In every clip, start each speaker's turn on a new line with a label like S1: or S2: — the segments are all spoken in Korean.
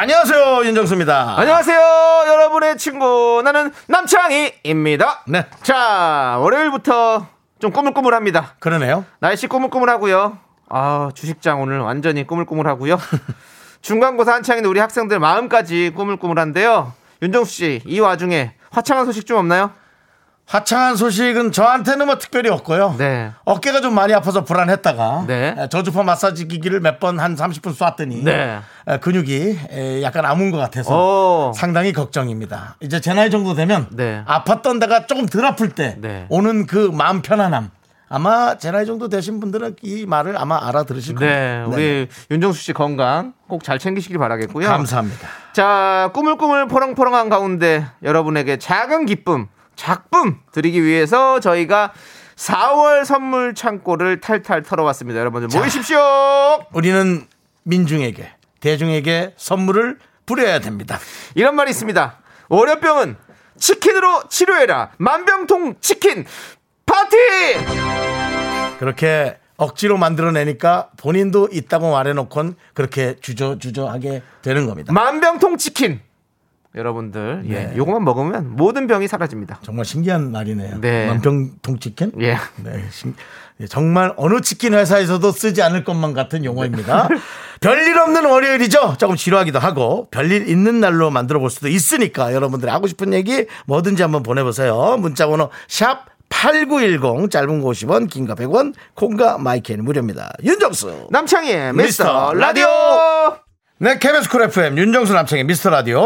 S1: 안녕하세요 윤정수입니다.
S2: 아. 안녕하세요, 여러분의 친구. 나는 남창희입니다.
S1: 네.
S2: 자, 월요일부터 좀 꾸물꾸물합니다.
S1: 그러네요.
S2: 날씨 꾸물꾸물하고요. 아, 주식장 오늘 완전히 꾸물꾸물하고요. 중간고사 한창인 우리 학생들 마음까지 꾸물꾸물한데요. 윤정수 씨, 이 와중에 화창한 소식 좀 없나요?
S1: 화창한 소식은 저한테는 뭐 특별히 없고요.
S2: 네.
S1: 어깨가 좀 많이 아파서 불안했다가
S2: 네.
S1: 에, 저주파 마사지 기기를 몇 번 한 30분 쐈더니
S2: 네.
S1: 에, 근육이 에, 약간 아문 것 같아서
S2: 오.
S1: 상당히 걱정입니다. 이제 제 나이 정도 되면
S2: 네.
S1: 아팠던 데가 조금 덜 아플 때
S2: 네.
S1: 오는 그 마음 편안함 아마 제 나이 정도 되신 분들은 이 말을 아마 알아들으실
S2: 네,
S1: 겁니다. 네.
S2: 우리 윤정수 씨 건강 꼭 잘 챙기시길 바라겠고요.
S1: 감사합니다.
S2: 자, 꾸물꾸물 포렁포렁한 가운데 여러분에게 작은 기쁨, 작품 드리기 위해서 저희가 4월 선물 창고를 탈탈 털어왔습니다. 여러분 들 모이십시오.
S1: 우리는 민중에게 대중에게 선물을 부려야 됩니다.
S2: 이런 말이 있습니다. 월요병은 치킨으로 치료해라. 만병통 치킨 파티!
S1: 그렇게 억지로 만들어내니까 본인도 있다고 말해놓곤 그렇게 주저주저하게 되는 겁니다.
S2: 만병통 치킨. 여러분들,
S1: 네.
S2: 예, 요것만 먹으면 모든 병이 사라집니다.
S1: 정말 신기한 말이네요.
S2: 네.
S1: 만병통 치킨?
S2: 예.
S1: 네, 신- 예, 정말 어느 치킨 회사에서도 쓰지 않을 것만 같은 용어입니다. 별일 없는 월요일이죠. 조금 지루하기도 하고 별일 있는 날로 만들어 볼 수도 있으니까 여러분들이 하고 싶은 얘기 뭐든지 한번 보내보세요. 문자번호 샵 8910 짧은 거 50원 긴 거 100원 콩과 마이크는 무료입니다. 윤정수
S2: 남창희의
S1: 미스터
S2: 미스터 라디오!
S1: 라디오. 네, 케빈스 쿨 FM 윤정수 남창의 미스터 라디오.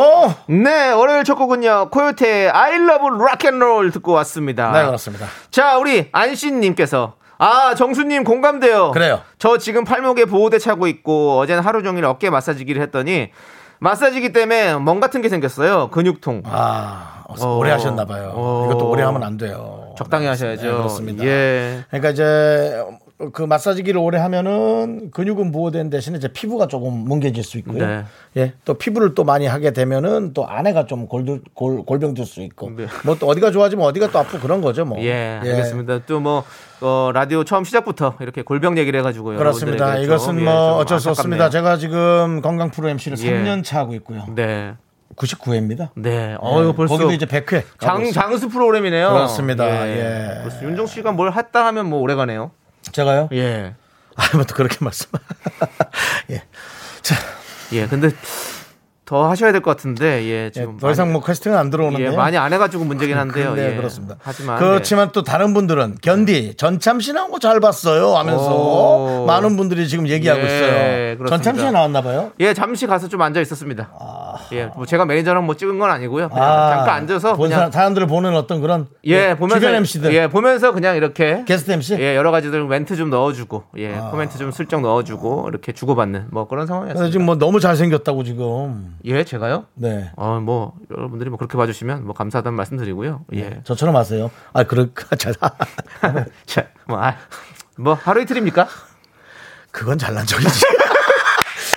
S2: 네, 월요일 첫 곡은요, 코요태의 I love rock and roll 듣고 왔습니다.
S1: 네, 그렇습니다.
S2: 자, 우리 안신님께서 아 정수님 공감돼요.
S1: 그래요.
S2: 저 지금 팔목에 보호대 차고 있고 어젠 하루 종일 어깨 마사지기를 했더니 마사지기 때문에 멍 같은 게 생겼어요. 근육통.
S1: 아, 어서
S2: 어.
S1: 오래 하셨나 봐요.
S2: 어.
S1: 이것도 오래 하면 안 돼요.
S2: 적당히
S1: 네,
S2: 하셔야죠.
S1: 네, 그렇습니다.
S2: 예.
S1: 그러니까 이제 그 마사지기를 오래 하면은 근육은 보호된 대신에 이제 피부가 조금 뭉개질 수 있고요.
S2: 네.
S1: 예. 또 피부를 또 많이 하게 되면은 또 안에가 좀 골들 골 골병 들 수 있고.
S2: 네.
S1: 뭐 또 어디가 좋아지면 어디가 또 아프고 그런 거죠, 뭐.
S2: 예, 알겠습니다. 또 뭐 라디오 처음 시작부터 이렇게 골병 얘기를 해가지고요.
S1: 그렇습니다.
S2: 여러분들에게 좀,
S1: 이것은
S2: 예,
S1: 뭐
S2: 좀
S1: 어쩔 수
S2: 안타깝네요.
S1: 없습니다. 제가 지금 건강 프로 MC를
S2: 예.
S1: 3년 차 하고 있고요.
S2: 네,
S1: 99회입니다. 예,
S2: 네. 어유 벌써
S1: 거기도 이제 100회.
S2: 장 장수 프로그램이네요.
S1: 그렇습니다. 예.
S2: 벌써 윤종 씨가 뭘 했다 하면 뭐 오래가네요.
S1: 제가요?
S2: 예.
S1: 아, 뭐또 그렇게 말씀. 예. 자,
S2: 예, 근데 더 하셔야 될 것 같은데 예,
S1: 예,
S2: 지금
S1: 더 이상 뭐 퀘스트는 안
S2: 많이, 예,
S1: 들어오는데.
S2: 많이 안 해가지고 문제긴 한데요.
S1: 네,
S2: 예.
S1: 그렇습니다.
S2: 하지만 네.
S1: 그렇지만 또 다른 분들은 견디 전참시 나온 거 잘 봤어요 하면서
S2: 오.
S1: 많은 분들이 지금 얘기하고
S2: 예,
S1: 있어요.
S2: 그렇습니다.
S1: 전참시에 나왔나 봐요.
S2: 예. 예, 잠시 가서 좀 앉아 있었습니다.
S1: 아.
S2: 예, 뭐 제가 매니저랑 뭐 찍은 건 아니고요. 그냥
S1: 아,
S2: 잠깐 앉아서
S1: 본
S2: 그냥
S1: 사람- 사람들을 보는 어떤 그런
S2: 예, 보면서
S1: 주변 MC들
S2: 예, 보면서 그냥 이렇게
S1: 게스트 MC
S2: 예, 여러 가지들 멘트 좀 넣어주고 예,
S1: 아.
S2: 코멘트 좀 슬쩍 넣어주고 이렇게 주고받는 뭐 그런 상황이었어요.
S1: 그래서 지금 뭐 너무 잘생겼다고 지금
S2: 예, 제가요?
S1: 네
S2: 어, 뭐 여러분들이 뭐 그렇게 봐주시면 뭐 감사하다는 말씀드리고요. 예,
S1: 저처럼 하세요. 아 그럴까 잘
S2: 자, 뭐, 아, 뭐 하루 이틀입니까?
S1: 그건 잘난 척이지.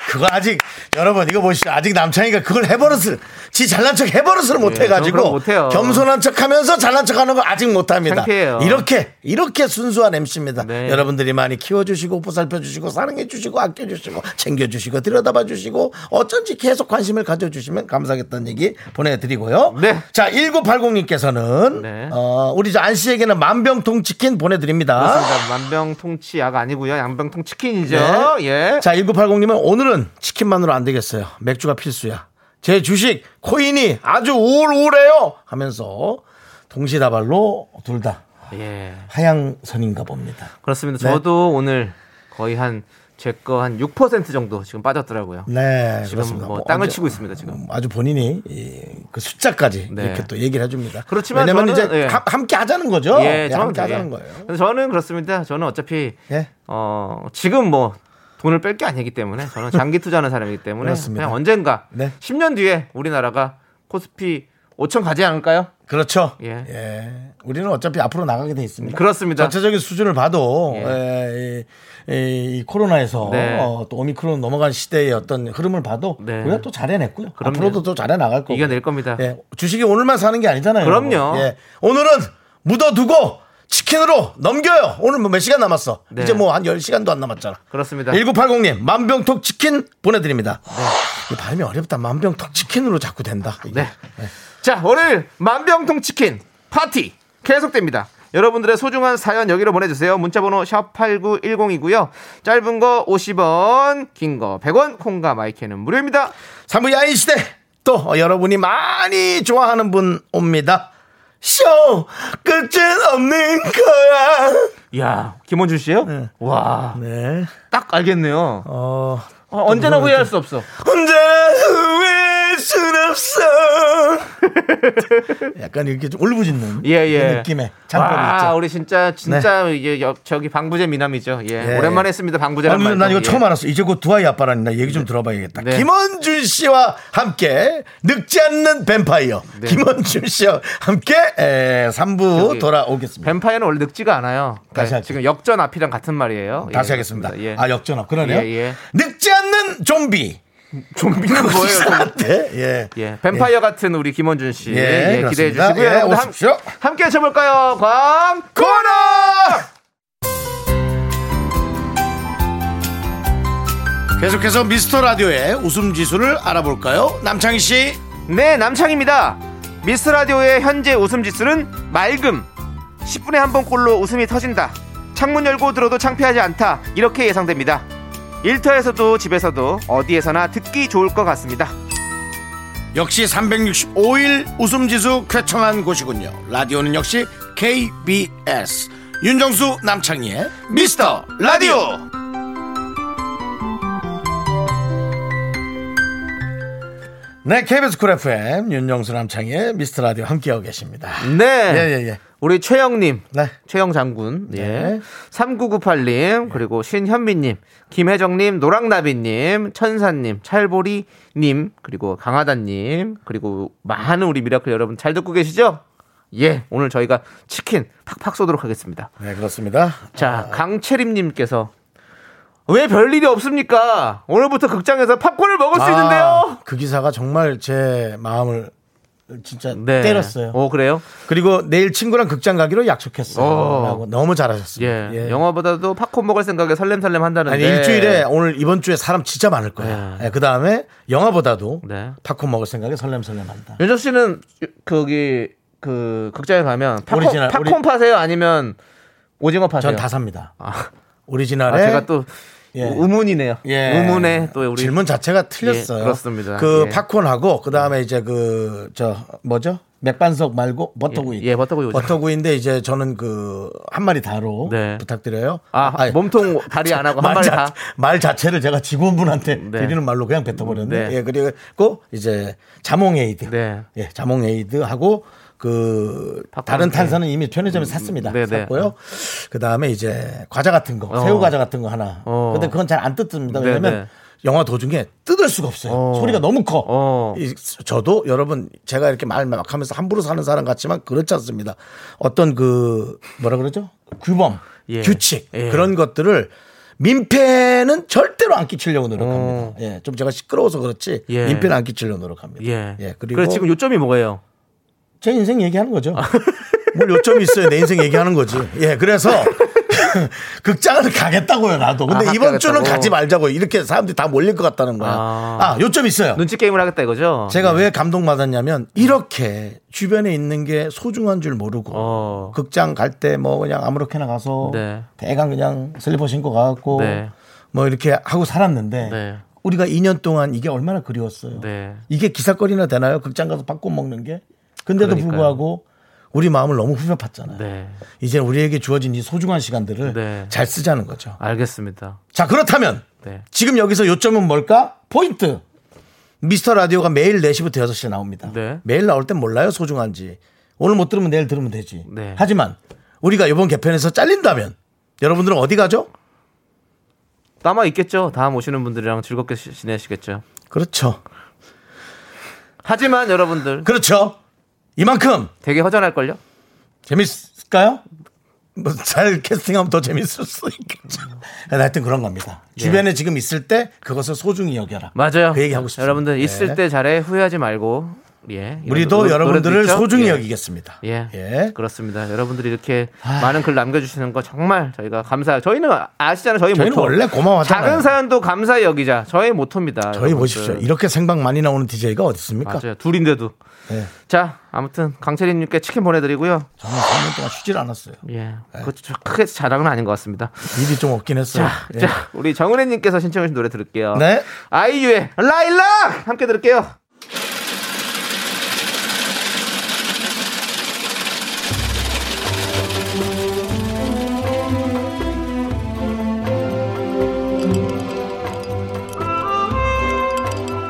S1: 그거 아직 여러분 이거 보시죠. 아직 남창이가 그걸 해버릇을 지 잘난 척 해버릇을
S2: 네, 저
S1: 못해가지고
S2: 그럼 못해요.
S1: 겸손한 척하면서 잘난 척하는 거 아직 못합니다.
S2: 창피해요.
S1: 이렇게 이렇게 순수한 MC입니다.
S2: 네.
S1: 여러분들이 많이 키워주시고 보살펴주시고 사랑해주시고 아껴주시고 챙겨주시고 들여다봐주시고 어쩐지 계속 관심을 가져주시면 감사하겠다는 얘기 보내드리고요.
S2: 네.
S1: 자 1980님께서는 어,
S2: 네.
S1: 우리 저 안 씨에게는 만병통치킨 보내드립니다.
S2: 그렇습니다. 만병통치약 아니고요. 양병통 치킨이죠.
S1: 네.
S2: 예.
S1: 자, 1980님은 오늘은 치킨만으로 안 되겠어요. 맥주가 필수야. 제 주식 코인이 아주 우울우울해요. 하면서 동시다발로 둘 다
S2: 예.
S1: 하향선인가 봅니다.
S2: 그렇습니다. 저도 오늘 거의 한 제 거 한 6% 정도 지금 빠졌더라고요.
S1: 네,
S2: 지금
S1: 그렇습니다.
S2: 뭐 땅을
S1: 언제-
S2: 치고 있습니다, 지금.
S1: 음, 아주 본인이 이, 그 숫자까지
S2: 네.
S1: 이렇게 또 얘기를 해줍니다.
S2: 그렇지만
S1: 왜냐면
S2: 저는-
S1: 이제
S2: 예.
S1: 함- 함께 하자는
S3: 어,
S1: 거죠. 예,
S2: 저는
S1: 함께
S2: 예.
S1: 하자는 거예요.
S2: 근데 저는 그렇습니다. 저는 어차피
S1: 예.
S2: 어, 지금 뭐 돈을 뺄 게 아니기 때문에 저는 장기 투자하는 사람이기 때문에
S3: 그렇습니다.
S2: 그냥 언젠가
S3: 네.
S2: 10년 뒤에 우리나라가 코스피 5천 가지 않을까요?
S3: 그렇죠. 예.
S2: 예.
S3: 우리는 어차피 앞으로 나가게 돼 있습니다.
S2: 그렇습니다.
S3: 전체적인 수준을 봐도 예, 이, 이- 이 코로나에서
S2: 네.
S3: 어, 또 오미크론 넘어간 시대의 어떤 흐름을 봐도
S2: 네.
S3: 우리가 또 잘해냈고요.
S2: 그럼요.
S3: 앞으로도 또 잘해나갈 거고.
S2: 이겨낼 겁니다.
S3: 예. 주식이 오늘만 사는 게 아니잖아요.
S2: 그럼요.
S3: 예. 오늘은 묻어두고 치킨으로 넘겨요. 오늘 뭐 몇 시간 남았어?
S2: 네.
S3: 이제 뭐 한 10시간도 안 남았잖아.
S2: 그렇습니다.
S3: 1980님 만병톡 치킨 보내드립니다. 이 발음이 어렵다. 만병톡 치킨으로 자꾸 된다. 이게.
S2: 네. 자, 월요일 만병통 치킨 파티 계속됩니다. 여러분들의 소중한 사연 여기로 보내주세요. 문자번호 샵8910이고요. 짧은 거 50원, 긴 거 100원, 콩과 마이크는 무료입니다.
S3: 3부 야인 시대 또 여러분이 많이 좋아하는 분 옵니다. 쇼 끝은 없는 거야.
S2: 이야, 김원준 씨요? 와,
S3: 네.
S2: 딱 알겠네요.
S3: 어
S2: 어, 언제나 후회할 수 없어.
S3: 혼자 후회할 순 없어. 약간 이렇게 좀 울부짖는
S2: 예, 예.
S3: 그 느낌의 장점이
S2: 와,
S3: 있죠. 네.
S2: 우리 진짜, 진짜, 이게, 여- 저기 방부제 미남이죠. 예.
S3: 예.
S2: 오랜만에 했습니다, 방부제란
S3: 아니,
S2: 말.
S3: 난 이거 처음 알았어. 이제 곧 두아이 아빠라니 나 얘기 좀 들어봐야겠다.
S2: 예. 네.
S3: 김원준 씨와 함께 늙지 않는 뱀파이어
S2: 네.
S3: 김원준 씨와 함께 에, 3부
S2: 저기
S3: 돌아오겠습니다.
S2: 뱀파이어는 원래 늙지가 않아요. 그러니까
S3: 다시 할게요.
S2: 지금 역전 앞이랑 같은 말이에요.
S3: 다시
S2: 예,
S3: 하겠습니다.
S2: 예.
S3: 아 역전업 그러네요.
S2: 예, 예.
S3: 늙지 않는 좀비.
S2: 좀비는
S3: 그거
S2: 뭐예요? 좀-
S3: 이상한데. 예.
S2: 예, 뱀파이어 같은 우리 김원준 씨
S3: 예,
S2: 예, 기대해
S3: 그렇습니다.
S2: 주시고요.
S3: 예,
S2: 여러분들
S3: 오십시오.
S2: 함, 께 해줘볼까요? 광
S3: 코너. 계속해서 미스터 라디오의 웃음 지수를 알아볼까요? 남창희 씨.
S2: 네 남창입니다. 미스 라디오의 현재 웃음 지수는 맑음. 10분에 한 번꼴로 웃음이 터진다. 창문 열고 들어도 창피하지 않다. 이렇게 예상됩니다. 일터에서도 집에서도 어디에서나 듣기 좋을 것 같습니다.
S3: 역시 365일 웃음 지수 쾌청한 곳이군요. 라디오는 역시 KBS. 윤정수 남창희의 미스터 라디오. 네, KBS 쿨 FM 윤정수 남창희의 미스터 라디오 함께하고 계십니다.
S2: 네.
S3: 예, 예, 예.
S2: 우리 최영님.
S3: 네.
S2: 최영 장군.
S3: 네.
S2: 예. 3998님, 그리고 신현미님, 김혜정님, 노랑나비님, 천사님, 찰보리님, 그리고 강하다님, 그리고 많은 우리 미라클 여러분 잘 듣고 계시죠? 예. 오늘 저희가 치킨 팍팍 쏘도록 하겠습니다.
S3: 네, 그렇습니다.
S2: 자,
S3: 네.
S2: 강채림님께서 왜 별일이 없습니까? 오늘부터 극장에서 팝콘을 먹을 수 있는데요.
S3: 아, 그 기사가 정말 제 마음을 진짜
S2: 네.
S3: 때렸어요.
S2: 오, 그래요?
S3: 그리고 내일 친구랑 극장 가기로 약속했어요.
S2: 어.
S3: 라고 너무 잘하셨습니다.
S2: 예.
S3: 예.
S2: 영화보다도 팝콘 먹을 생각에 설렘설렘 한다는데.
S3: 아니 일주일에 오늘 이번 주에 사람 진짜 많을 거야.
S2: 네.
S3: 그 다음에 영화보다도
S2: 네.
S3: 팝콘 먹을 생각에 설렘설렘한다.
S2: 윤정 씨는 거기 그 극장에 가면 팝콘,
S3: 오리지널,
S2: 팝콘
S3: 오리-
S2: 파세요 아니면 오징어 파세요?
S3: 전 다 삽니다.
S2: 아,
S3: 오리지널에
S2: 아, 제가 또
S3: 예.
S2: 의문이네요.
S3: 예.
S2: 의문에 또 우리
S3: 질문 자체가 틀렸어요.
S2: 예, 그렇습니다.
S3: 그
S2: 예.
S3: 팝콘하고 그 다음에 이제 그 저 뭐죠? 맥반석 말고 뭐 버터구이.
S2: 예, 예, 버터구이 오죠.
S3: 버터구이인데 이제 저는 그 한 마리 다로
S2: 네.
S3: 부탁드려요.
S2: 아,
S3: 아니,
S2: 몸통 다리 안 하고 한
S3: 말,
S2: 마리
S3: 자,
S2: 다.
S3: 말 자체를 제가 직원분한테
S2: 네.
S3: 드리는 말로 그냥 뱉어버렸네.
S2: 네.
S3: 예, 그리고 이제 자몽에이드.
S2: 네.
S3: 예, 자몽에이드하고 그
S2: 팝콘,
S3: 다른
S2: 네.
S3: 탄산은 이미 편의점에 샀습니다.
S2: 네, 네.
S3: 샀고요. 그 다음에 이제 과자 같은 거,
S2: 어.
S3: 새우 과자 같은 거 하나.
S2: 어.
S3: 근데 그건 잘 안 뜯습니다.
S2: 네,
S3: 왜냐면
S2: 네.
S3: 영화 도중에 뜯을 수가 없어요.
S2: 어.
S3: 소리가 너무 커.
S2: 어.
S3: 이- 저도 여러분 제가 이렇게 말 막 하면서 함부로 사는 사람 같지만 그렇지 않습니다. 어떤 그 뭐라 그러죠? 규범,
S2: 예.
S3: 규칙
S2: 예.
S3: 그런 것들을 민폐는 절대로 안 끼치려고 노력합니다. 예, 좀 제가 시끄러워서 그렇지
S2: 어. 예.
S3: 민폐는 안 끼치려고 노력합니다.
S2: 예.
S3: 그리고
S2: 그래서 지금 요점이 아. 뭐예요?
S3: 제 인생 얘기하는 거죠. 뭘 요점이 있어요. 내 인생 얘기하는 거지. 예, 그래서 극장을 가겠다고요, 나도. 근데
S2: 아,
S3: 이번 주는
S2: 가겠다고.
S3: 가지 말자고 이렇게 사람들이 다 몰릴 것 같다는 거야.
S2: 아. 네.
S3: 아, 요점 있어요.
S2: 눈치 게임을 하겠다 이거죠?
S3: 제가 왜 감동받았냐면 이렇게 주변에 있는 게 소중한 줄 모르고
S2: 어.
S3: 극장 갈 때 뭐 그냥 아무렇게나 가서
S2: 네.
S3: 대강 그냥 슬리퍼 신고 가갖고
S2: 네.
S3: 뭐 이렇게 하고 살았는데
S2: 네.
S3: 우리가 2년 동안 이게 얼마나 그리웠어요.
S2: 네.
S3: 이게 기사거리나 되나요? 극장 가서 밥꿔 먹는 게. 근데도
S2: 그러니까요.
S3: 불구하고 우리 마음을 너무 후벼 팠잖아요.
S2: 네.
S3: 이제 우리에게 주어진 이 소중한 시간들을
S2: 네.
S3: 잘 쓰자는 거죠.
S2: 알겠습니다.
S3: 자, 그렇다면
S2: 네.
S3: 지금 여기서 요점은 뭘까? 포인트. 미스터 라디오가 매일 4시부터 6시에 나옵니다.
S2: 네.
S3: 매일 나올 땐 몰라요, 소중한지. 오늘 못 들으면 내일 들으면 되지.
S2: 네.
S3: 하지만 우리가 이번 개편에서 잘린다면 여러분들은 어디 가죠?
S2: 남아 있겠죠. 다음 오시는 분들이랑 즐겁게 시- 지내시겠죠.
S3: 그렇죠.
S2: 하지만 여러분들
S3: 그렇죠. 이만큼
S2: 되게 허전할걸요?
S3: 재밌을까요? 뭐 잘 캐스팅하면 더 재밌을 수 있겠죠. 아, 하여튼 그런 겁니다. 주변에 지금 있을 때 그것을 소중히 여겨라.
S2: 네. 맞아요.
S3: 그 얘기하고 싶습니다.
S2: 여러분들 있을
S3: 예.
S2: 때 잘해 후회하지 말고 예. 이런
S3: 우리도
S2: 노- 노래도
S3: 여러분들을
S2: 있죠?
S3: 소중히
S2: 예.
S3: 여기겠습니다.
S2: 예. 그렇습니다. 여러분들이 이렇게
S3: 아.
S2: 많은 글 남겨주시는 거 정말 저희가 감사해요. 저희는 아시잖아요. 저희
S3: 저희는
S2: 모토.
S3: 원래 고마워하잖아요.
S2: 작은 사연도 감사히 여기자. 저희 모토입니다.
S3: 저희
S2: 여러분들.
S3: 보십시오. 이렇게 생방 많이 나오는 DJ가 어디 있습니까?
S2: 맞아요. 둘인데도.
S3: 예.
S2: 자, 아무튼 강채린님께 치킨 보내드리고요.
S3: 저는 3년 동안 쉬질 않았어요.
S2: 예. 그것도 좀 크게 자랑은 아닌 것 같습니다.
S3: 일이 좀 없긴 했어요. 예.
S2: 자, 우리 정은혜님께서 신청해주신 노래 들을게요.
S3: 네.
S2: 아이유의 라일락! 함께 들을게요.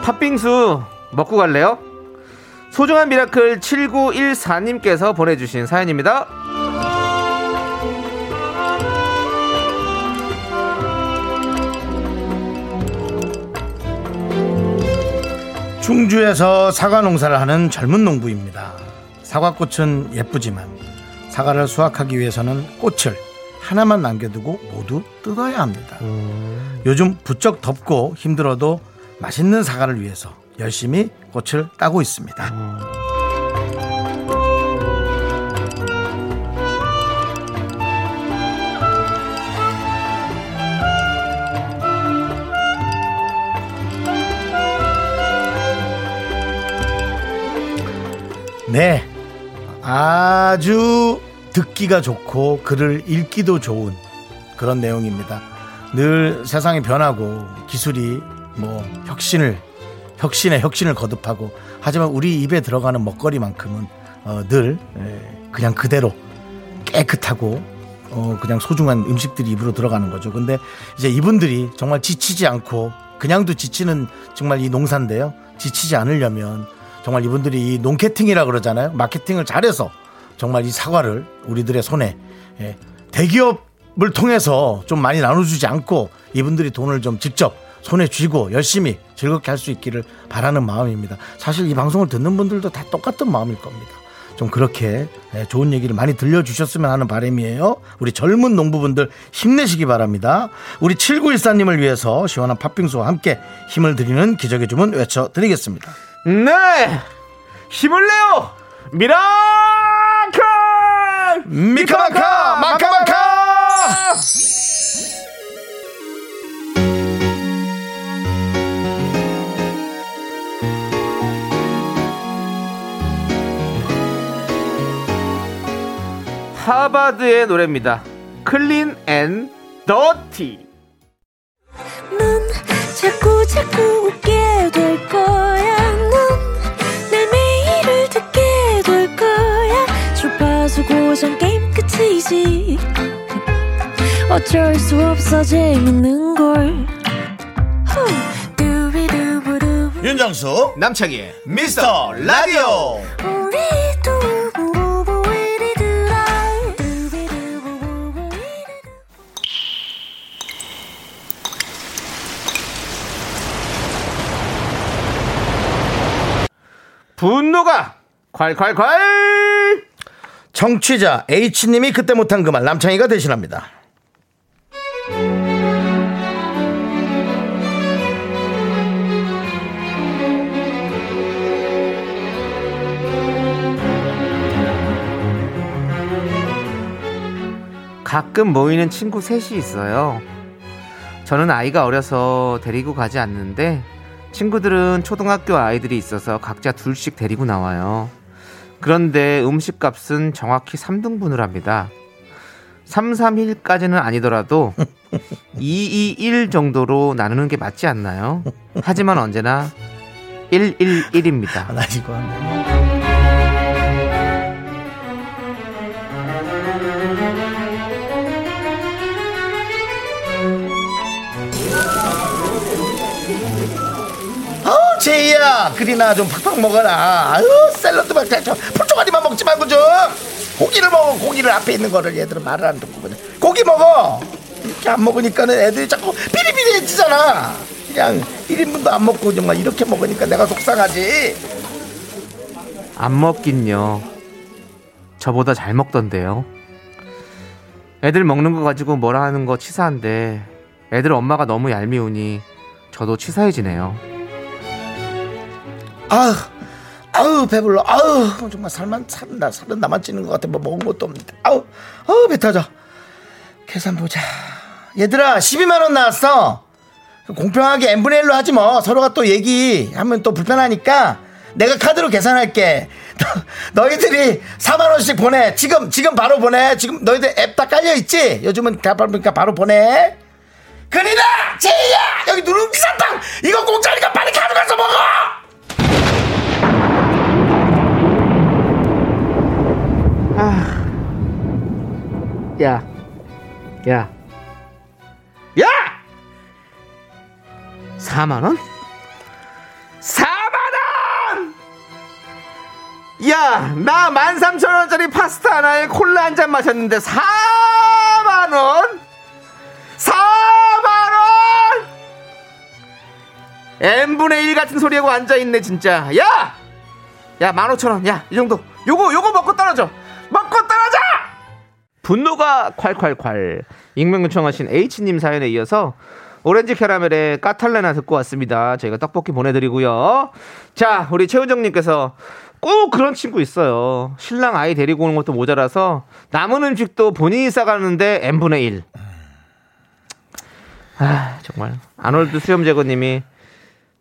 S2: 팥빙수 먹고 갈래요? 소중한 미라클 7914님께서 보내주신 사연입니다.
S3: 충주에서 사과 농사를 하는 젊은 농부입니다. 사과꽃은 예쁘지만 사과를 수확하기 위해서는 꽃을 하나만 남겨두고 모두 뜯어야 합니다.
S2: 음.
S3: 요즘 부쩍 덥고 힘들어도 맛있는 사과를 위해서 열심히 꽃을 따고 있습니다. 네. 아주 듣기가 좋고 글을 읽기도 좋은 그런 내용입니다. 늘 세상이 변하고 기술이 뭐 혁신을 혁신에 혁신을 거듭하고 하지만 우리 입에 들어가는 먹거리만큼은 어, 늘 에, 그냥 그대로 깨끗하고 어, 그냥 소중한 음식들이 입으로 들어가는 거죠. 근데 이제 이분들이 정말 지치지 않고 그냥도 지치는 정말 이 농사인데요. 지치지 않으려면 정말 이분들이 이 농캐팅이라 그러잖아요. 마케팅을 잘해서 정말 이 사과를 우리들의 손에 예, 대기업을 통해서 좀 많이 나눠주지 않고 이분들이 돈을 좀 직접 손에 쥐고 열심히 즐겁게 할 수 있기를 바라는 마음입니다. 사실 이 방송을 듣는 분들도 다 똑같은 마음일 겁니다. 좀 그렇게 예, 좋은 얘기를 많이 들려주셨으면 하는 바람이에요. 우리 젊은 농부분들 힘내시기 바랍니다. 우리 7914님을 위해서 시원한 팥빙수와 함께 힘을 드리는 기적의 주문 외쳐드리겠습니다.
S2: 네! 힘을 내요! 미라클!
S3: 미카마카! 마카마카!
S2: 하바드의 노래입니다. 클린 앤 더티.
S4: 넌 자꾸 자꾸 웃게 될 거야. 넌내 매일을 듣게 될 거야. 주파수 고정 게임 끝이지. 어쩔 수 없어 재밌는 걸. 후. 두비두부두.
S3: 윤정수 남창희의 미스터 라디오
S4: 우리 두부부부 우리 두라. 두비두부부부 우리 두라.
S2: 분노가 콸콸콸!
S3: 청취자 H님이 그때 못한 그 말 남창희가 대신합니다
S2: 가끔 모이는 친구 셋이 있어요. 저는 아이가 어려서 데리고 가지 않는데 친구들은 초등학교 아이들이 있어서 각자 둘씩 데리고 나와요. 그런데 음식값은 정확히 3등분을 합니다. 331까지는 아니더라도 221 정도로 나누는 게 맞지 않나요? 하지만 언제나 111입니다.
S3: 나 이거 안 돼. 아우 어, 제이야 그리나 좀 팍팍 먹어라 아유 샐러드만 그냥 저 풀조가리만 먹지 말고 좀 고기를 먹어 고기를 앞에 있는 거를 얘들은 말을 안 듣고 그냥 고기 먹어 이렇게 안 먹으니까는 애들이 자꾸 비리비리해지잖아. 그냥 1인분도 안 먹고 정말 이렇게 먹으니까 내가 속상하지.
S2: 안 먹긴요. 저보다 잘 먹던데요. 애들 먹는 거 가지고 뭐라 하는 거 치사한데 애들 엄마가 너무 얄미우니 저도 치사해지네요.
S3: 아우, 아우 배불러. 아우 정말 살만 살나 살은 나만 찌는 것 같아. 뭐 먹은 것도 없는데. 아우, 아우 배 타자. 계산 보자. 얘들아 12만 원 나왔어. 공평하게 n 분의 1로 하지 뭐. 서로가 또 얘기하면 또 불편하니까 내가 카드로 계산할게. 너, 희들이 4만 원씩 보내. 지금 지금 바로 보내. 지금 너희들 앱 다 깔려 있지? 요즘은 다 바쁘니까 바로 보내. 그리다 제이야 여기 누룽 비상탕 이거 공짜니까 빨리 가져 가서 먹어.
S2: 야, 야, 야! 4만 원? 4만 원! 야, 나 13,000원짜리 파스타 하나에 콜라 한 잔 마셨는데 4만 원? 4만 원! n분의 1 같은 소리하고 앉아있네 진짜 야! 야 15,000원 야 이 정도 요거 요거 먹고 떨어져 먹고 떨어져! 분노가 콸콸콸 익명 요청하신 H님 사연에 이어서 오렌지 캐러멜의 까탈레나 듣고 왔습니다 저희가 떡볶이 보내드리고요 자 우리 최우정님께서 꼭 그런 친구 있어요 신랑 아이 데리고 오는 것도 모자라서 남은 음식도 본인이 싸가는데 n분의 1 아, 정말 아놀드 수염제거님이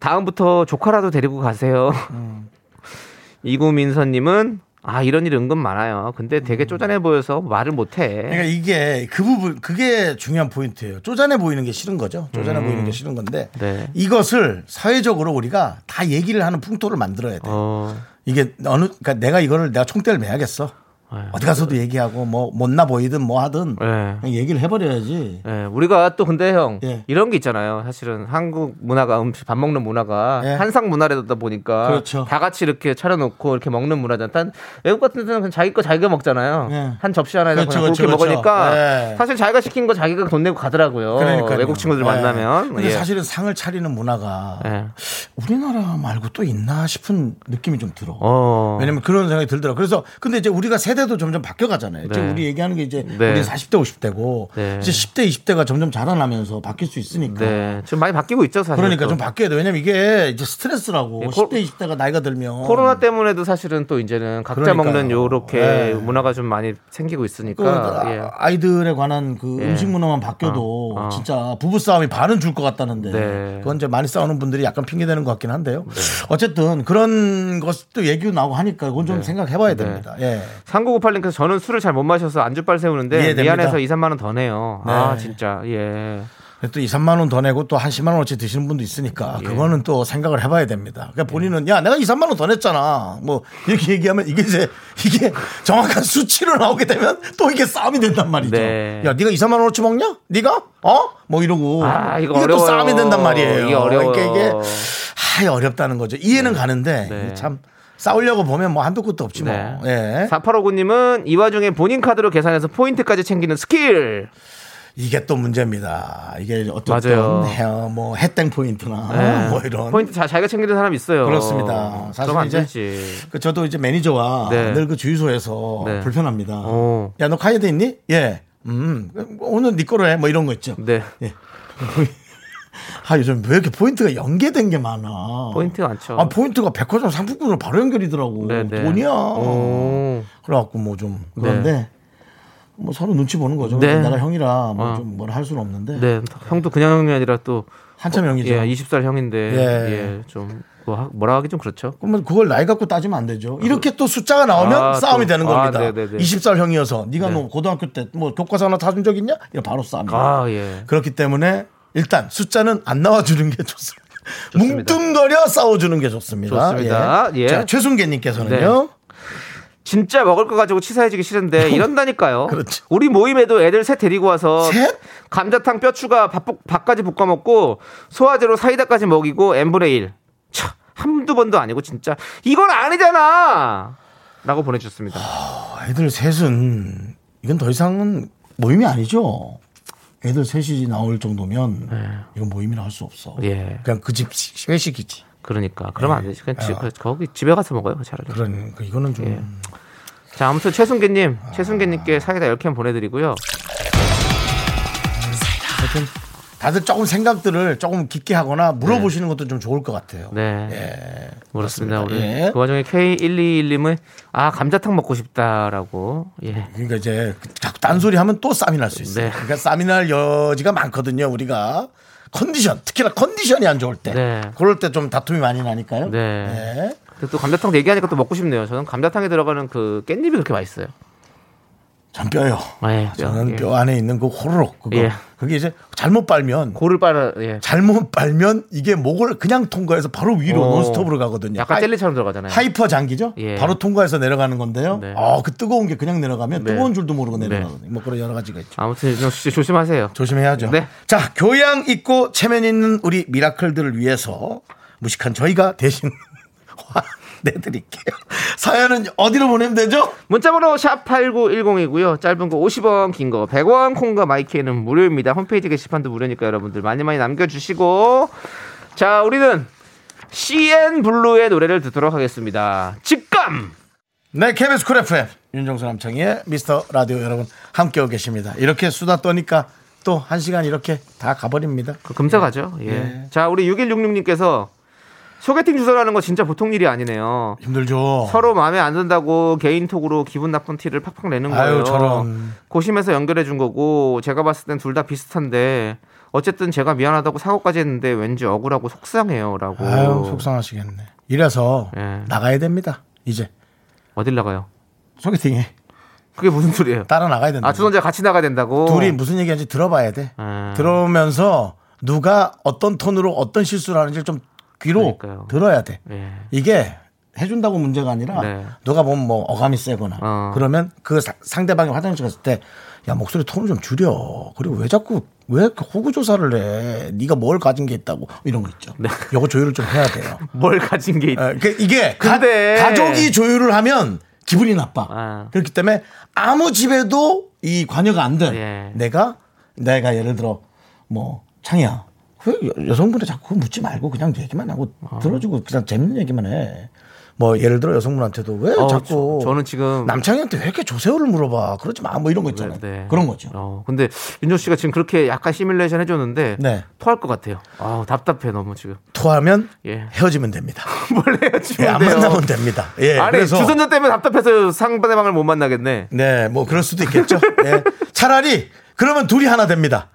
S2: 다음부터 조카라도 데리고 가세요. 이구민서님은 아 이런 일 은근 많아요. 근데 되게 쪼잔해 보여서 말을 못해.
S3: 그러니까 음. 이게 그 부분 그게 중요한 포인트예요. 쪼잔해 보이는 게 싫은 거죠. 쪼잔해 보이는 게 싫은 건데
S2: 음. 네.
S3: 이것을 사회적으로 우리가 다 얘기를 하는 풍토를 만들어야 돼. 요
S2: 어,
S3: 이게 어느 그러니까 내가 이거를 내가 총대를 매야겠어.
S2: 네.
S3: 어디 가서도 얘기하고 뭐 못나 보이든 뭐 하든
S2: 예.
S3: 그냥 얘기를 해버려야지.
S2: 예, 우리가 또 근데 형
S3: 예.
S2: 이런 게 있잖아요. 사실은 한국 문화가 음식 밥 먹는 문화가
S3: 예.
S2: 한상 문화라다 보니까
S3: 그렇죠.
S2: 다 같이 이렇게 차려놓고 이렇게 먹는 문화잖아. 단 외국 같은 데는 그냥 자기 거 자기가 먹잖아요.
S3: 예.
S2: 한 접시 하나에 그
S3: 그렇죠,
S2: 냥 그렇게
S3: 그렇죠, 그렇죠.
S2: 먹으니까
S3: 예.
S2: 사실 자기가 시킨 거 자기가 돈 내고 가더라고요.
S3: 그러니까
S2: 어, 외국 친구들 만나면
S3: 네. 근데
S2: 예.
S3: 사실은 상을 차리는 문화가
S2: 예.
S3: 우리나라 말고 또 있나 싶은 느낌이 좀 들어.
S2: 어.
S3: 왜냐면 그런 생각이 들더라고. 그래서 근데 이제 우리가 세대도 점점 바뀌어 가잖아요. 지금
S2: 네.
S3: 우리 얘기하는 게 이제
S2: 네.
S3: 우리 40대 50대고
S2: 네.
S3: 이제 10대 20대가 점점 자라나면서 바뀔 수 있으니까.
S2: 네, 지금 많이 바뀌고 있죠 사실.
S3: 그러니까 좀 바뀌어야 돼. 왜냐면 이게 이제 스트레스라고
S2: 예, 코-
S3: 10대 20대가 나이가 들면
S2: 코로나 때문에도 사실은 또 이제는 각자
S3: 그러니까요.
S2: 먹는 요렇게
S3: 네.
S2: 문화가 좀 많이 생기고 있으니까.
S3: 그 아-
S2: 예.
S3: 아이들에 관한 그 음식 문화만 바뀌어도
S2: 어, 어.
S3: 진짜 부부 싸움이 반은 줄 것 같다는데
S2: 네.
S3: 그건 이제 많이 싸우는 분들이 약간 핑계 대는 것 같긴 한데요. 어쨌든 그런 것도 얘기 나오고 하니까 그건 좀 생각해봐야
S2: 네.
S3: 됩니다. 예.
S2: 3998님께서 저는 술을 잘 못 마셔서 안주빨 세우는데
S3: 이해됩니다.
S2: 미안해서 2, 3만 원 더 내요. 아
S3: 네.
S2: 진짜 예.
S3: 근데 또 2, 3만 원 더 내고 또 한 10만 원어치 드시는 분도 있으니까
S2: 예.
S3: 그거는 또 생각을 해봐야 됩니다. 그러니까 본인은 야 내가 2, 3만 원 더 냈잖아. 뭐 이렇게 얘기하면 이게 이제 이게 정확한 수치로 나오게 되면 또 이게 싸움이 된단 말이죠.
S2: 네.
S3: 야 네가 2, 3만 원어치 먹냐? 네가 어? 뭐 이러고
S2: 아, 이거
S3: 또
S2: 어려워요.
S3: 싸움이 된단 말이에요.
S2: 이게 어려워요.
S3: 그러니까 이게 하 어렵다는 거죠. 이해는 가는데
S2: 네.
S3: 이게 참 싸우려고 보면 뭐 한두 끝도 없지
S2: 네.
S3: 뭐. 예.
S2: 4859님은 이 와중에 본인 카드로 계산해서 포인트까지 챙기는 스킬.
S3: 이게 또 문제입니다. 이게
S2: 맞아요.
S3: 어쨌든 헤어 뭐 해땡 포인트나
S2: 예.
S3: 뭐 이런
S2: 포인트 자, 자기가 챙기는 사람 있어요.
S3: 그렇습니다. 사실
S2: 그러면 안
S3: 이제
S2: 되지.
S3: 그 저도 이제 매니저와
S2: 네.
S3: 늘 그 주유소에서
S2: 네.
S3: 불편합니다.
S2: 어.
S3: 야 너 카드 있니? 예. 음 오늘 네 거로 해뭐 이런 거 있죠.
S2: 네.
S3: 아 요즘 왜 이렇게 포인트가 연계된 게 많아?
S2: 포인트가 많죠.
S3: 아 포인트가 백화점 상품권으로 바로 연결이더라고.
S2: 네, 네.
S3: 돈이야.
S2: 오.
S3: 그래갖고 뭐 좀 그런데 뭐 서로 눈치 보는 거죠.
S2: 네.
S3: 내가 형이라
S2: 어.
S3: 뭐좀뭘할 수는 없는데
S2: 네. 형도 그냥 형이 아니라 또
S3: 한참 형이죠.
S2: 예, 20살 형인데
S3: 예.
S2: 예, 좀 뭐, 하- 뭐라 하기 좀 그렇죠.
S3: 그러면 그걸 나이 갖고 따지면 안 되죠. 이렇게 또 숫자가 나오면
S2: 아,
S3: 싸움이
S2: 또.
S3: 되는
S2: 아,
S3: 겁니다.
S2: 네네네.
S3: 20살 형이어서 네가 뭐 고등학교 때 뭐 교과서 하나 타준 적 있냐? 이거 바로 싸움이다.
S2: 아, 예.
S3: 그렇기 때문에 일단 숫자는 안 나와주는 게 좋습니다.
S2: 좋습니다.
S3: 뭉뚱거려 싸워주는 게 좋습니다.
S2: 좋습니다. 예. 네.
S3: 자, 최순계님께서는요.
S2: 진짜 먹을 거 가지고 치사해지기 싫은데 이런다니까요.
S3: 그렇죠.
S2: 우리 모임에도 애들 셋 데리고 와서
S3: 셋?
S2: 감자탕 뼈 추가 밥, 밥까지 볶아 먹고 소화제로 사이다까지 먹이고 n분의 1. 차, 한두 번도 아니고 진짜 이건 아니잖아. 라고 보내주셨습니다.
S3: 아이들 셋은 이건 더 이상은 모임이 아니죠. 애들 셋이 나올 정도면 이건 모임이라 할 수 없어.
S2: 네. 예.
S3: 그냥 그 집 회식이지.
S2: 그러니까 그러면 안 되지. 그냥 집, 거기 집에 가서 먹어요, 차라리.
S3: 그런 그 이거는 좀
S2: 예. 자, 아무튼 최순계님, 최순계님께 사이다 10캔 보내드리고요.
S3: 하여튼 다들 조금 생각들을 조금 깊게 하거나 물어보시는 것도 좀 좋을 것 같아요.
S2: 네. 그렇습니다. 우리
S3: 예.
S2: 그 와중에 K121님은 아 감자탕 먹고 싶다라고. 예.
S3: 그러니까 이제 그- 자꾸 딴소리 하면 또 쌈이 날 수 있어요.
S2: 네.
S3: 그러니까 쌈이 날 여지가 많거든요. 우리가 컨디션 특히나 컨디션이 안 좋을 때
S2: 네.
S3: 그럴 때 좀 다툼이 많이 나니까요.
S2: 네.
S3: 네.
S2: 근데 또 감자탕 얘기하니까 또 먹고 싶네요. 저는 감자탕에 들어가는 그 깻잎이 그렇게 맛있어요.
S3: 전 뼈요.
S2: 예, 뼈,
S3: 저는
S2: 예.
S3: 뼈 안에 있는 그 호로록 그거
S2: 예.
S3: 그게 이제 잘못 빨면
S2: 고를 빨아. 예.
S3: 잘못 빨면 이게 목을 그냥 통과해서 바로 위로
S2: 오.
S3: 논스톱으로 가거든요.
S2: 약간
S3: 하이-
S2: 젤리처럼 들어가잖아요.
S3: 하이퍼 장기죠?
S2: 예.
S3: 바로 통과해서 내려가는 건데요.
S2: 네.
S3: 아, 그 뜨거운 게 그냥 내려가면
S2: 네.
S3: 뜨거운 줄도 모르고 내려가거든요. 뭐 그런 여러 가지가 있죠.
S2: 아무튼 윤정수 씨 조심하세요.
S3: 조심해야죠.
S2: 네.
S3: 자, 교양 있고 체면 있는 우리 미라클들을 위해서 무식한 저희가 대신 화 내드릴게요. 사연은 어디로 보내면 되죠?
S2: 문자번호 샵 8910이고요. 짧은 거 50원, 긴 거 100원, 콩과 마이키에는 무료입니다. 홈페이지 게시판도 무료니까 여러분들 많이 많이 남겨주시고. 자, 우리는 CN 블루의 노래를 듣도록 하겠습니다. 직감!
S3: 네, KBS 쿨 FM 윤정수 남창희의 미스터 라디오 여러분 함께하고 계십니다. 이렇게 수다 떠니까 또 한 시간 이렇게 다 가버립니다.
S2: 그 금세 가죠. 예.
S3: 네.
S2: 자, 우리 6166님께서 소개팅 주소라는 거 진짜 보통 일이 아니네요.
S3: 힘들죠.
S2: 서로 마음에 안 든다고 개인톡으로 기분 나쁜 티를 팍팍 내는 거예요.
S3: 아유, 저런.
S2: 고심해서 연결해 준 거고 제가 봤을 땐 둘 다 비슷한데 어쨌든 제가 미안하다고 사과까지 했는데 왠지 억울하고 속상해요라고.
S3: 아유, 속상하시겠네. 이래서
S2: 예.
S3: 나가야 됩니다. 이제
S2: 어딜 나가요?
S3: 소개팅에
S2: 그게 무슨 소리예요?
S3: 따라 나가야 된다.
S2: 아 주선자 같이 나가야 된다고.
S3: 둘이 뭐- 무슨 얘기하는지 들어봐야 돼.
S2: 어. 아.
S3: 들어오면서 누가 어떤 톤으로 어떤 실수를 하는지 좀 귀로
S2: 그러니까요.
S3: 들어야 돼.
S2: 예.
S3: 이게 해준다고 문제가 아니라
S2: 네.
S3: 누가 보면 뭐 어감이 세거나
S2: 어.
S3: 그러면 그 사- 상대방이 화장실 갔을 때 야 목소리 톤을 좀 줄여 그리고 왜 자꾸 왜 이렇게 호구 조사를 해 네가 뭘 가진 게 있다고 이런 거 있죠
S2: 네.
S3: 요거 조율을 좀 해야 돼요
S2: 뭘 가진 게 있...
S3: 어, 그 이게
S2: 근데-
S3: 가, 족이 조율을 하면 기분이 나빠.
S2: 아.
S3: 그렇기 때문에 아무 집에도 이 관여가 안 돼.
S2: 예.
S3: 내가 내가 예를 들어 뭐 창이야. 그 여- 여성분이 자꾸 묻지 말고 그냥 얘기만 하고
S2: 아.
S3: 들어주고 그냥 재밌는 얘기만 해. 뭐 예를 들어 여성분한테도 왜
S2: 어,
S3: 자꾸
S2: 저- 저는 지금-
S3: 남창이한테 왜 이렇게 조세호를 물어봐 그러지 마 뭐 이런 거 있잖아요
S2: 네.
S3: 그런 거죠
S2: 어, 근데 윤종 씨가 지금 그렇게 약간 시뮬레이션 해줬는데
S3: 네.
S2: 토할 것 같아요. 아 답답해 너무 지금.
S3: 토하면
S2: 예.
S3: 헤어지면 됩니다
S2: 뭘 헤어지면
S3: 예, 안
S2: 돼요?
S3: 만나면 됩니다 예
S2: 아니
S3: 그래서
S2: 주선자 때문에 답답해서 상대방을 못 만나겠네.
S3: 네, 뭐 그럴 수도 있겠죠. 예. 차라리 그러면 둘이 하나 됩니다.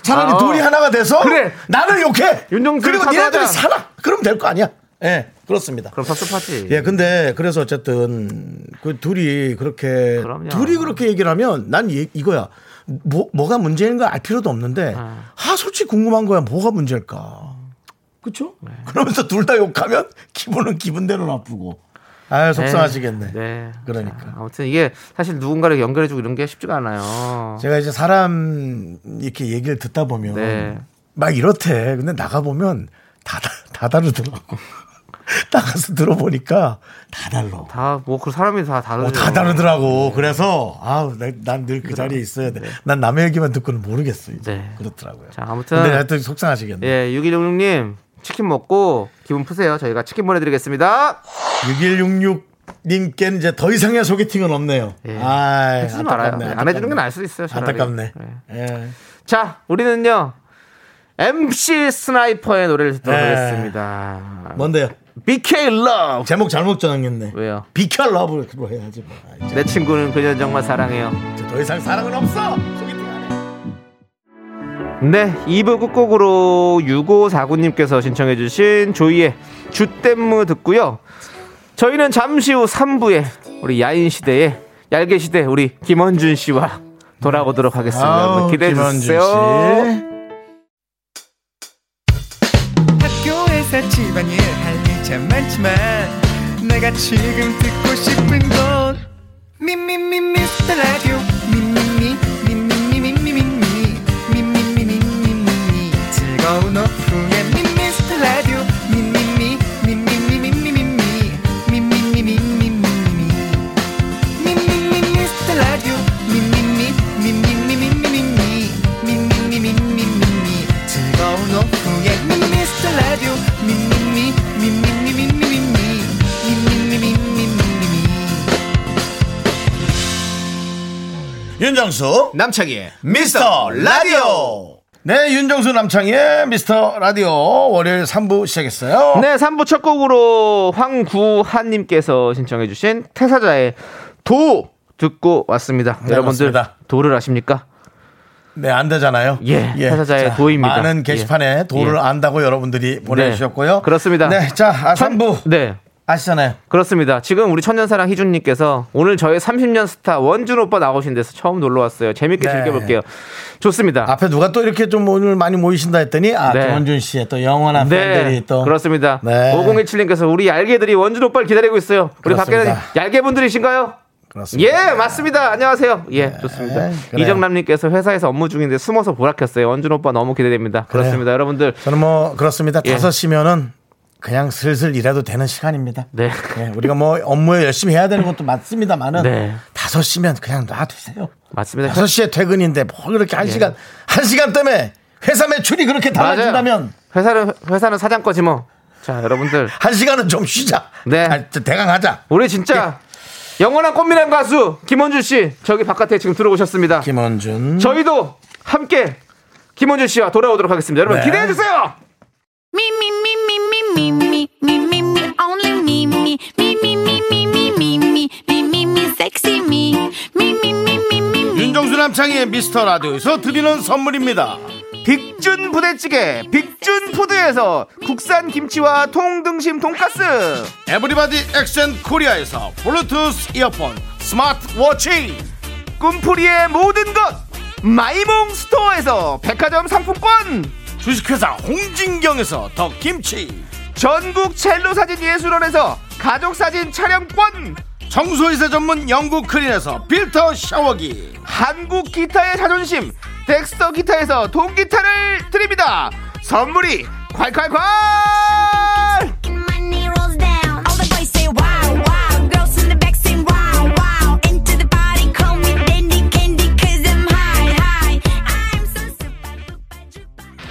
S3: 차라리
S2: 아.
S3: 둘이 하나가 돼서
S2: 그래.
S3: 나를 욕해.
S2: 윤정수
S3: 그리고
S2: 사과하자.
S3: 니네들이 살아. 그럼 될 거 아니야. 예, 그렇습니다.
S2: 그럼 섭섭하지.
S3: 예, 근데 그래서 어쨌든 그 둘이 그렇게
S2: 그럼요.
S3: 둘이 그렇게 얘기를 하면 난 이, 이거야. 뭐 뭐가 문제인 걸 알 필요도 없는데
S2: 아.
S3: 아 솔직히 궁금한 거야. 뭐가 문제일까? 그렇죠?
S2: 네.
S3: 그러면서 둘 다 욕하면 기분은 기분대로 나쁘고. 아유 속상하시겠네.
S2: 네.
S3: 그러니까.
S2: 자, 아무튼 이게 사실 누군가를 연결해주고 이런 게 쉽지가 않아요.
S3: 제가 이제 사람 이렇게 얘기를 듣다 보면
S2: 어. 네.
S3: 막 이렇대. 근데 나가 보면 다, 다, 다 다르더라고. 나가서 들어보니까 다 달라.
S2: 다 뭐 그 사람이 다 다르죠.
S3: 어, 다
S2: 네.
S3: 다르더라고. 그래서 아우 난 늘 그 자리에 있어야 돼. 난 남의 얘기만 듣고는 모르겠어. 이제.
S2: 네.
S3: 그렇더라고요.
S2: 자, 아무튼.
S3: 근데 하여튼 속상하시겠네.
S2: 예, 6166님 치킨 먹고 기분 푸세요. 저희가 치킨 보내드리겠습니다.
S3: 6166 님께는 이제 더 이상의 소개팅은 없네요.
S2: 예.
S3: 아이,
S2: 해주지 말아요.
S3: 안타깝네,
S2: 안 해주는
S3: 안타깝네.
S2: 게 나을 수도 있어요. 차라리.
S3: 안타깝네.
S2: 예.
S3: 예.
S2: 자, 우리는요. MC 스나이퍼의 노래를 듣도록
S3: 예.
S2: 하겠습니다.
S3: 뭔데요?
S2: BK Love.
S3: 제목 잘못 정했네.
S2: 왜요?
S3: 비켜 러브로 해야지. 뭐. 아이,
S2: 내 친구는 그녀 정말 사랑해요.
S3: 더 이상 사랑은 없어. 소개팅 안 해.
S2: 네, 2부 끝곡으로 6549님께서 신청해주신 조이의 주댐무 듣고요. 저희는 잠시 후 3부에 우리 야인 시대의 얄개 시대 우리 김원준 씨와 돌아오도록 하겠습니다. 여러분 기대해 주세요.
S5: 학교에서 집안일 할 일 참 많지만 내가 지금 듣고 싶은 건 미미미 미스터 라디오 미미미 미미미 미미미 미미미 미미미 미미미 즐거운 오후에 미미스터 라디오 미미미 미미미 미미미 미미미 미미미 미미미 미미미 미스터 라디오 미미미 미미미 미미미 미미미
S3: 윤정수
S2: 남창희의
S3: 미스터 라디오. 네, 윤정수 남창희의 미스터 라디오 월요일 3부 시작했어요.
S2: 네, 3부 첫 곡으로 황구한님께서 신청해주신 태사자의 도 듣고 왔습니다.
S3: 네,
S2: 여러분들
S3: 맞습니다.
S2: 도를 아십니까?
S3: 네, 안 되잖아요.
S2: 예, 회사자의
S3: 자,
S2: 도입니다.
S3: 많은 게시판에
S2: 예.
S3: 도를
S2: 예.
S3: 안다고 여러분들이 보내주셨고요.
S2: 그렇습니다.
S3: 네, 자, 아, 3부
S2: 네,
S3: 아시잖아요.
S2: 그렇습니다. 지금 우리 천년사랑 희준님께서 오늘 저의 30년 스타 원준 오빠 나오신 데서 처음 놀러 왔어요. 재밌게
S3: 네. 아,
S2: 즐겨볼게요. 좋습니다.
S3: 앞에 누가 또 이렇게 좀 오늘 많이 모이신다 했더니 아,
S2: 네.
S3: 김원준 씨의 또 영원한
S2: 네,
S3: 팬들이 또
S2: 그렇습니다.
S3: 네.
S2: 5017님께서 우리 얄개들이 원준 오빠를 기다리고 있어요. 우리 밖에는
S3: 그렇습니다.
S2: 얄개 분들이신가요?
S3: 그렇습니다. 네.
S2: 예, 맞습니다. 안녕하세요. 예, 좋습니다.
S3: 그래요.
S2: 이정남님께서 회사에서 업무 중인데 숨어서 보라켰어요. 원준 오빠 너무 기대됩니다.
S3: 그래요.
S2: 그렇습니다, 여러분들.
S3: 저는 뭐 그렇습니다.
S2: 예.
S3: 다섯 시면은 그냥 슬슬 일해도 되는 시간입니다.
S2: 네.
S3: 예, 우니까뭐 업무에 열심히 해야 되는 것도 맞습니다만은
S2: 네.
S3: 다섯 시면 그냥 놔두세요.
S2: 맞습니다.
S3: 다섯 시에 퇴근인데 뭐 그렇게
S2: 예.
S3: 한 시간 한 시간 때문에 회사 매출이 그렇게 달라진다면
S2: 회사는 회사는 사장 거지 뭐. 자, 여러분들.
S3: 한 시간은 좀 쉬자.
S2: 네.
S3: 아, 저 대강 하자.
S2: 우리 진짜 영원한 꽃미남 가수 김원준 씨 저기 바깥에 지금 들어오셨습니다.
S3: 김원준.
S2: 저희도 함께 김원준 씨와 돌아오도록 하겠습니다. 여러분
S3: 네.
S2: 기대해 주세요.
S4: Me, me, me, me, me, me, me, me, me, me, only me, me, me, me, me, me, me, me, me, me, me, me, sexy me, me, me, me, me, me, me.
S3: 윤정수 남창희의 미스터 라디오에서 드리는 선물입니다.
S2: 빅준 부대찌개 빅준 푸드에서 국산 김치와 통등심 돈가스
S3: 에브리바디 엑센 코리아에서 블루투스 이어폰, 스마트 워치,
S2: 꿈풀이의 모든 것 마이몽 스토어에서 백화점 상품권
S3: 주식회사 홍진경에서 더 김치,
S2: 전국 첼로 사진 예술원에서 가족 사진 촬영권
S3: 청소이사 전문 영국 크린에서 필터 샤워기,
S2: 한국 기타의 자존심 덱스터 기타에서 동기타를 드립니다 선물이 콸콸콸
S4: Money rolls down. All the boys say wow, wow. Girls in the back say wow, wow. Into the party, call me Dandy Candy, cause I'm high, high. I'm so super, super, super.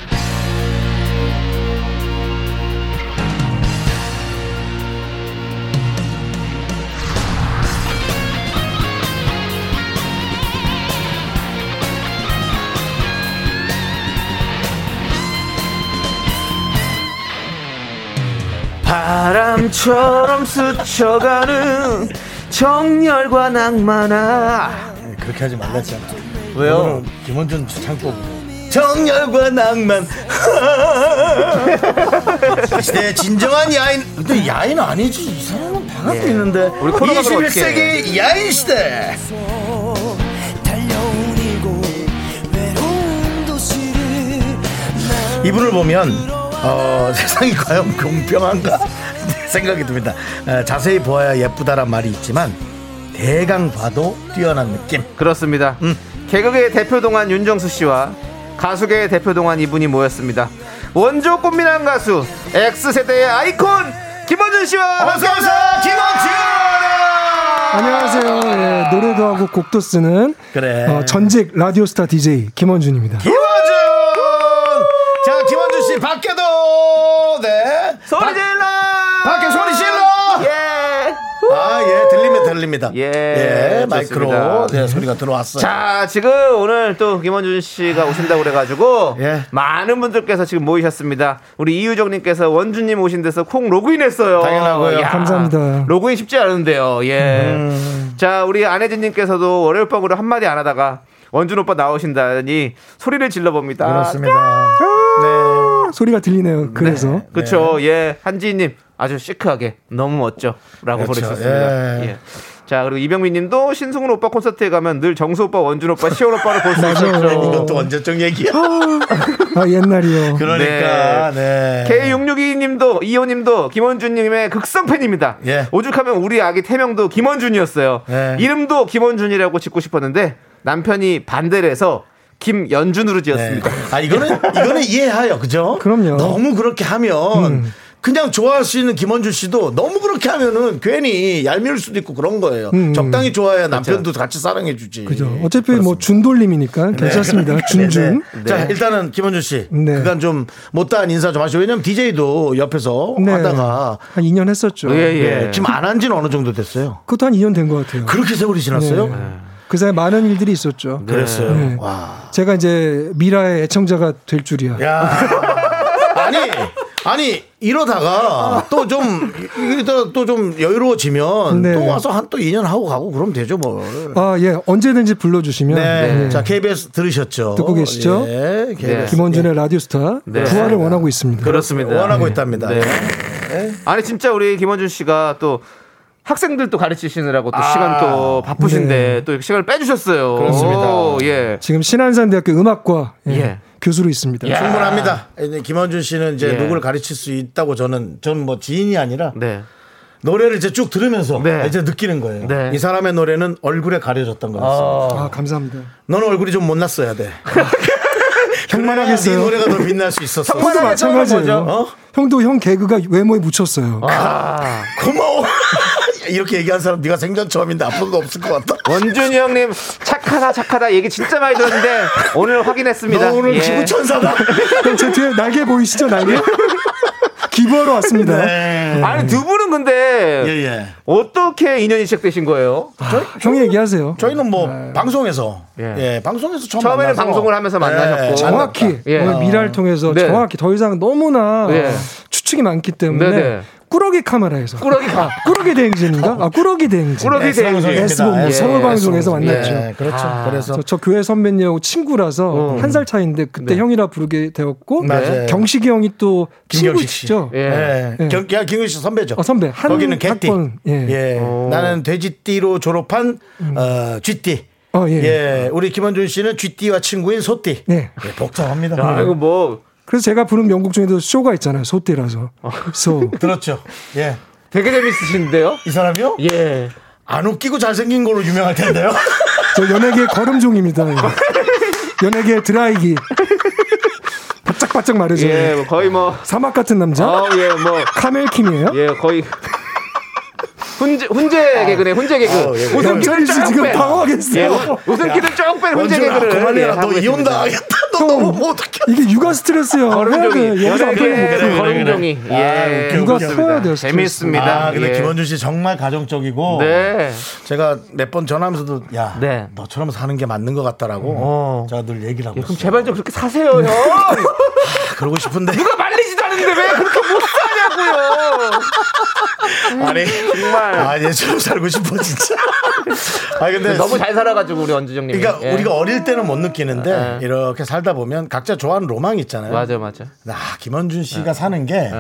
S2: 바람처럼 스쳐가는 정열과 낭만아
S3: 그렇게 하지 말랬잖아. 왜요? 김원준 창고 정열과 낭만. 시대 진정한 야인. 근데 야인 아니지. 이 사람은 방학도 있는데.
S2: 예. 우리 코로나 그럼 어떻게
S3: 21세기 야인 시대. 이분을 보면 어, 세상이 과연 공평한가 생각이 듭니다. 어, 자세히 보아야 예쁘다란 말이 있지만 대강 봐도 뛰어난 느낌.
S2: 그렇습니다
S3: 음.
S2: 개그계의 대표 동안 윤정수 씨와 가수계의 대표 동안 이분이 모였습니다 원조 꽃미남 가수 X세대의 아이콘 김원준 씨와
S3: 어서 오세요, 김원준.
S6: 안녕하세요. 예, 노래도 하고 곡도 쓰는
S3: 그래.
S6: 어, 전직 라디오스타 DJ 김원준입니다.
S3: 김원준. 자, 김원준 씨
S2: 아,
S3: 밖에도 네.
S2: 소리
S3: 밖-
S2: 질러
S3: 밖에 소리 질러.
S2: 예.
S3: 아, 예, 들립니다, 들립니다.
S2: 예, 좋습니다.
S3: 마이크로 네, 소리가 들어왔어요.
S2: 자, 지금 오늘 또 김원준 씨가 오신다고 그래가지고
S3: 예.
S2: 많은 분들께서 지금 모이셨습니다. 우리 이유정님께서 원준님 오신 데서 콩 로그인했어요.
S3: 당연하고요.
S2: 야,
S6: 감사합니다.
S2: 로그인 쉽지 않은데요. 예.
S3: 음.
S2: 자, 우리 안혜진님께서도 월요일 밤으로 한마디 안 하다가 원준 오빠 나오신다니 소리를 질러봅니다.
S3: 그렇습니다. 네.
S6: 소리가 들리네요. 그래서
S2: 그쵸. 예. 한지희님 아주 시크하게 너무 멋져라고
S3: 그렇죠.
S2: 보내주셨습니다.
S3: 예.
S2: 예. 자 그리고 이병민님도 신승훈 오빠 콘서트에 가면 늘 정수 오빠, 원준 오빠, 시원 오빠를 볼 수 있었죠.
S3: 네. 이것도 언제적 얘기야.
S6: 아 옛날이요.
S3: 그러니까 네.
S2: K662님도 이호님도 김원준님의 극성 팬입니다.
S3: 예.
S2: 오죽하면 우리 아기 태명도 김원준이었어요.
S3: 예.
S2: 이름도 김원준이라고 짓고 싶었는데 남편이 반대를 해서 김연준으로
S3: 네.
S2: 지었습니다.
S3: 아 이거는 이거는 이해해요, 그죠?
S6: 그럼요. 음.
S3: 너무 그렇게 하면 그냥 좋아할 수 있는 김원준 씨도 너무 그렇게 하면은 괜히 얄미울 수도 있고 그런 거예요. 적당히 좋아해야
S2: 그렇죠.
S3: 남편도 같이 사랑해주지.
S6: 음. 그죠. 어차피 뭐 준돌림이니까 괜찮습니다. 준준.
S3: 네. 자 일단은 김원준 씨
S6: 네.
S3: 그간 좀 못다한 인사 좀 하시고 왜냐면 DJ도 옆에서
S6: 네.
S3: 하다가
S6: 한 2년 했었죠.
S2: 예, 예.
S3: 예, 지금 안 한 지는 어느 정도 됐어요?
S6: 그것도 한 2년 된 것 같아요.
S3: 그렇게 세월이 지났어요?
S6: 그 사이 많은 일들이 있었죠.
S3: 네. 그랬어요.
S6: 네.
S3: 와. 예.
S6: 제가 이제 미라의 애청자가 될 줄이야.
S3: 야. 아니, 아니 이러다가 또좀또좀 여유로워지면
S6: 네.
S3: 또 와서 한 또 2년 하고 가고 그러면 되죠 뭘.
S6: 아, 예. 언제든지 불러주시면.
S3: 네.
S6: 예.
S3: 자, KBS 들으셨죠?
S6: 듣고 계시죠?
S3: 예, KBS.
S6: 김원준의 라디오스타
S2: 네.
S6: 부활을 원하고 있습니다.
S2: 그렇습니다.
S3: 원하고 있답니다. 예.
S2: 네. 아니 진짜 우리 김원준 씨가 또 학생들 또 가르치시느라고 또 시간 또 바쁘신데 또 시간을 빼주셨어요.
S3: 아. 네. 그렇습니다.
S2: 오, 예.
S6: 지금 신한산대학교 음악과 예,
S2: 예.
S6: 교수로 있습니다.
S3: 네. 충분합니다. 이제 김원준 씨는 이제
S2: 예.
S3: 누구를 가르칠 수 있다고 저는 저는 뭐 지인이 아니라
S2: 네.
S3: 노래를 이제 쭉 들으면서
S2: 네.
S3: 이제 느끼는 거예요.
S2: 네.
S3: 이 사람의 노래는 얼굴에 가려졌던 것 같습니다.
S6: 아, 감사합니다.
S3: 넌 얼굴이 좀 못났어야 돼. 그래야
S6: 형만
S3: 네
S6: 하겠어요.
S3: 노래가 더 빛날 수 있었어.
S6: 형도 마찬가지예요.
S3: 어?
S6: 형도 형 개그가 외모에 묻혔어요.
S3: 고마워. 이렇게 얘기한 사람 네가 생전 처음인데 앞으로도 없을 것 같다.
S2: 원준이 형님 착하다 착하다 얘기 진짜 많이 들었는데 오늘 확인했습니다.
S3: 너 오늘
S2: 예.
S3: 지구천사다.
S6: 형, 제 뒤에 날개 보이시죠? 날개? 기부하러 왔습니다.
S3: 네.
S2: 아니 두 분은 근데
S3: 예, 예.
S2: 어떻게 인연이 시작되신 거예요?
S6: 형이 얘기하세요.
S3: 저희는 뭐 방송에서
S2: 네. 예.
S3: 예, 방송에서 처음
S2: 처음에는
S3: 만나서 네.
S2: 방송을 하면서 만나셨고.
S6: 정확히
S2: 예.
S6: 오늘 미라를 통해서
S2: 네.
S6: 정확히 더 이상 너무나
S2: 예.
S6: 추측이 많기 때문에
S2: 네네.
S6: 꾸러기 카메라에서
S2: 꾸러기 카-
S6: 아, 꾸러기 대행진인가? 아 꾸러기 대행진.
S2: 꾸러기 대행진.
S6: S본부
S3: 네, 예,
S6: 서울 방송에서
S2: S본부.
S6: 만났죠.
S3: 예, 그렇죠.
S2: 아.
S3: 그래서
S6: 저, 저 교회 선배님하고 친구라서 한 살 차이인데 그때 형이라 부르게 되었고
S3: 맞아요.
S6: 경식이 형이 또
S3: 김경식
S6: 친구시죠.
S2: 예.
S3: 예.
S6: 예.
S3: 경, 야, 김규 씨 선배죠.
S6: 어, 선배 한
S3: 거기는 개띠.
S6: 학번,
S3: 예.
S6: 예.
S3: 나는 돼지띠로 졸업한
S2: 음.
S3: 어, 쥐띠.
S6: 어,
S3: 예.
S6: 예.
S3: 우리 김원준 씨는 쥐띠와 친구인 소띠.
S6: 예.
S3: 예, 복잡합니다.
S2: 아, 이거 뭐
S6: 그래서 제가 부른 명곡 중에도 쇼가 있잖아요. 소띠라서. 소.
S3: 들었죠. 예.
S2: 되게 재밌으신데요?
S3: 이 사람이요?
S2: 예.
S3: 안 웃기고 잘생긴 걸로 유명할 텐데요.
S6: 저 연예계 거름종입니다. 예. 연예계 드라이기. 바짝바짝 마르죠.
S2: 예, 뭐 거의 뭐
S6: 사막 같은 남자.
S2: 어, 예, 뭐
S6: 카멜킴이에요?
S2: 예, 거의 훈제 훈제 개그네. 훈제 개그.
S3: 아. 어, 예, 예.
S2: 웃음기를
S6: 형철이 씨
S2: 쫙
S6: 지금
S2: 빼.
S6: 당황했어요.
S2: 예, 웃- 웃음기를 쫙뺀 훈제
S3: 원준아,
S2: 개그를. 예,
S3: 그만해라.
S2: 하고
S3: 너 이혼
S2: 있습니다. 어.
S3: 당하겠다. 너 너무 못하게.
S6: 이게 육아 스트레스예요.
S2: 거름종이.
S6: 예, 여기서 앞에
S2: 연예계
S3: 아, 그래, 그래,
S2: 거름종이.
S3: 그래.
S2: 예.
S3: 아, 웃겨.
S6: 육아
S3: 그렇습니다.
S6: 풀어야 돼요. 스트레스.
S2: 재밌습니다.
S3: 아, 근데
S2: 예.
S3: 김원준 씨 정말 가정적이고
S2: 네.
S3: 제가 몇 번 전화하면서도 야
S2: 네.
S3: 너처럼 사는 게 맞는 것 같다라고
S2: 어.
S3: 제가 늘 얘기를 하고
S2: 예, 그럼
S3: 있어요.
S2: 제발 좀 그렇게 사세요, 형.
S3: 그러고 싶은데
S2: 누가 말리지도 않는데 왜 그렇게 못 사냐고요.
S3: 아니
S2: 정말
S3: 아 예처럼 살고 싶어 진짜. 아 근데
S2: 너무 잘 살아가지고 우리 예. 원준 형님.
S3: 그러니까 우리가 어릴 때는 못 느끼는데 이렇게 살다 보면 각자 좋아하는 로망이 있잖아요.
S2: 예. 맞아 맞아.
S3: 아, 김원준
S2: 예.
S3: 씨가 사는 게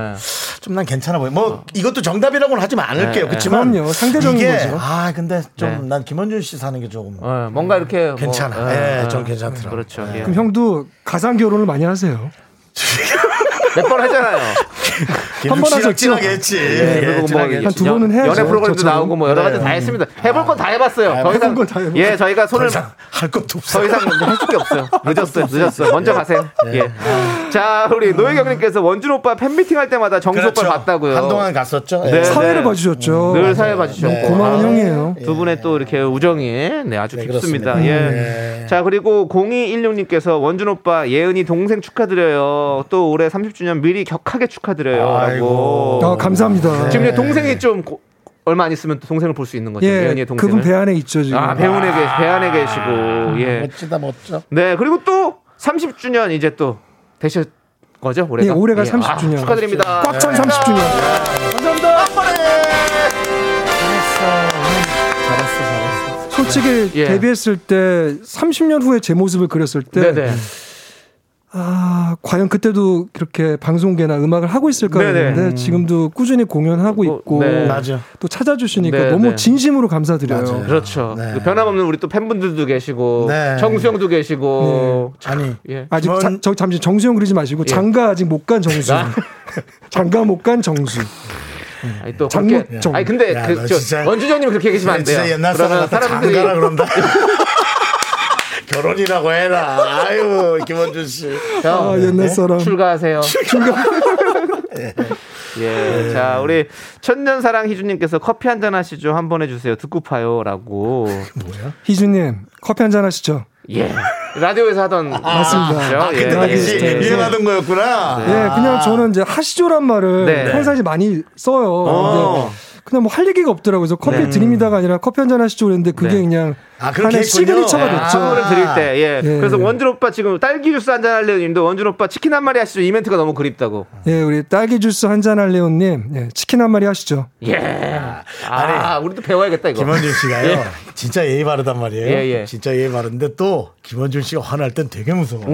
S3: 좀 난 괜찮아 보여. 뭐
S2: 어.
S3: 이것도 정답이라고는 하지
S2: 예,
S3: 않을게요. 그렇지만
S6: 그럼요. 뭐 상대적인
S3: 이게
S6: 거죠.
S3: 아, 근데 좀
S2: 네.
S3: 난 김원준 씨 사는 게 조금
S2: 어, 뭔가 이렇게 뭐,
S3: 괜찮아.
S2: 어,
S3: 예,
S2: 어,
S3: 전 괜찮더라.
S2: 그렇죠.
S6: 그럼 형도 가상 결혼을 많이 하세요.
S2: 몇 번 하잖아요.
S6: 한번 하셨죠?
S3: 진하게 했지.
S2: 예,
S3: 예,
S2: 그리고 뭐
S3: 진하게 네.
S6: 한
S3: 했지.
S6: 두 번은 해야죠.
S2: 연애 프로그램도
S6: 저처럼.
S2: 나오고 뭐 여러 가지 다 했습니다. 해볼 건 다 해봤어요.
S3: 네,
S2: 더
S6: 해볼
S2: 이상
S6: 건다 해봤어요.
S2: 예 저희가
S3: 더
S2: 손을
S3: 이상 네. 할 것도 없어.
S2: 더 이상 뭐 해줄 게 없어요. 늦었어요, 늦었어요. 먼저 가세요.
S3: 네.
S2: 예. 자 우리 노혜경님께서 원준 오빠 팬 미팅 할 때마다 정수 오빠 봤다고요.
S3: 그렇죠. 한동안 갔었죠. 예.
S2: 네.
S6: 사회를
S2: 네.
S6: 봐주셨죠.
S2: 늘 사회 봐주셨고
S6: 어, 네, 고마운
S2: 아,
S6: 형이에요.
S2: 두 분의 또 이렇게 우정이 네 아주 깊습니다.
S3: 그렇습니다.
S2: 예. 자 그리고 0216님께서 원준 오빠 예은이 동생 축하드려요. 또 올해 30주년 미리 격하게 축하드려요.
S3: 아이고.
S6: 아,
S2: 라고.
S6: 감사합니다.
S2: 지금 이제 동생이 좀 고- 얼마 안 있으면 또 동생을 볼 수 있는 거죠.
S6: 예,
S2: 예은이의 동생을.
S6: 그분 배 안에 있죠 지금.
S2: 아 배운에 계 배안에 계시고 예.
S3: 멋지다 멋져.
S2: 네 그리고 또 30주년 이제 또 되셨 거죠 올해가.
S6: 예, 올해가 30
S2: 아,
S6: 주년.
S2: 축하드립니다. 네.
S6: 꽉 찬 30주년. 솔직히
S2: 예.
S6: 데뷔했을 때 30년 후에 제 모습을 그렸을 때
S2: 네네.
S6: 아, 과연 그때도 그렇게 방송계나 음악을 하고 있을까
S2: 네네.
S6: 했는데 지금도 꾸준히 공연하고
S2: 어,
S6: 있고
S2: 네.
S3: 맞아.
S6: 또 찾아주시니까
S2: 네네.
S6: 너무 진심으로 감사드려요.
S3: 맞아요.
S2: 그렇죠.
S3: 네.
S2: 그 변함없는 우리 또 팬분들도 계시고
S3: 네.
S2: 정수영도 계시고
S3: 아니
S2: 예.
S6: 아직
S3: 김원-
S6: 자- 저 잠시 정수형 그리지 마시고 장가 아직 못 간 정수.
S2: 나-
S6: 장가 못 간 정수.
S2: 아니 또
S6: 장모-
S2: 그렇게
S6: 정-
S2: 아니 근데
S3: 네. 야, 너
S2: 그, 저,
S3: 진짜-
S2: 원준영님 그렇게 얘기하시면 안 돼요.
S3: 진짜 옛날 사람
S2: 그러면
S3: 같다.
S2: 사람들이
S3: 장가라 그런다. 결혼이라고 해라. 아유 김원준 씨.
S2: 형,
S6: 아, 옛날 사람.
S2: 예. 네. 출가하세요. 예. 자, 우리 천년사랑 희준님께서 커피 한 잔 하시죠. 한 번 해주세요. 듣고 파요라고.
S6: 희준님 커피 한 잔 하시죠.
S2: 예. 라디오에서 하던
S6: 맞습니다.
S2: 아, 예, 예,
S6: 그때 당시.
S2: 예.
S3: 유행하던 거였구나. 아.
S6: 예, 그냥 저는 이제 하시죠란 말을
S2: 네.
S6: 회사에서 많이 써요.
S2: 어.
S6: 근데 그냥 뭐 할 얘기가 없더라고요. 그래서 커피
S2: 네.
S6: 드립니다가 아니라 커피 한잔 하시죠 그랬는데 그게
S2: 네.
S6: 그냥
S3: 아, 그렇게
S6: 하나의
S3: 했군요.
S6: 시그니처가
S3: 아.
S6: 됐죠.
S2: 선물을 드릴 때, 예.
S6: 예.
S2: 그래서 원준 오빠 지금 딸기 주스 한잔 할래요 님도 원준 오빠 치킨 한 마리 하시죠. 이 멘트가 너무 그립다고.
S6: 예, 우리 딸기 주스 한잔 할래요님, 예, 치킨 한 마리 하시죠.
S2: 예. 아, 우리도 배워야겠다, 이거.
S3: 김원준 씨가요.
S2: 예.
S3: 진짜 예의 바르단 말이에요.
S2: 예, 예.
S3: 진짜 예의 바른데 또 김원준 씨가 화날 땐 되게 무서워.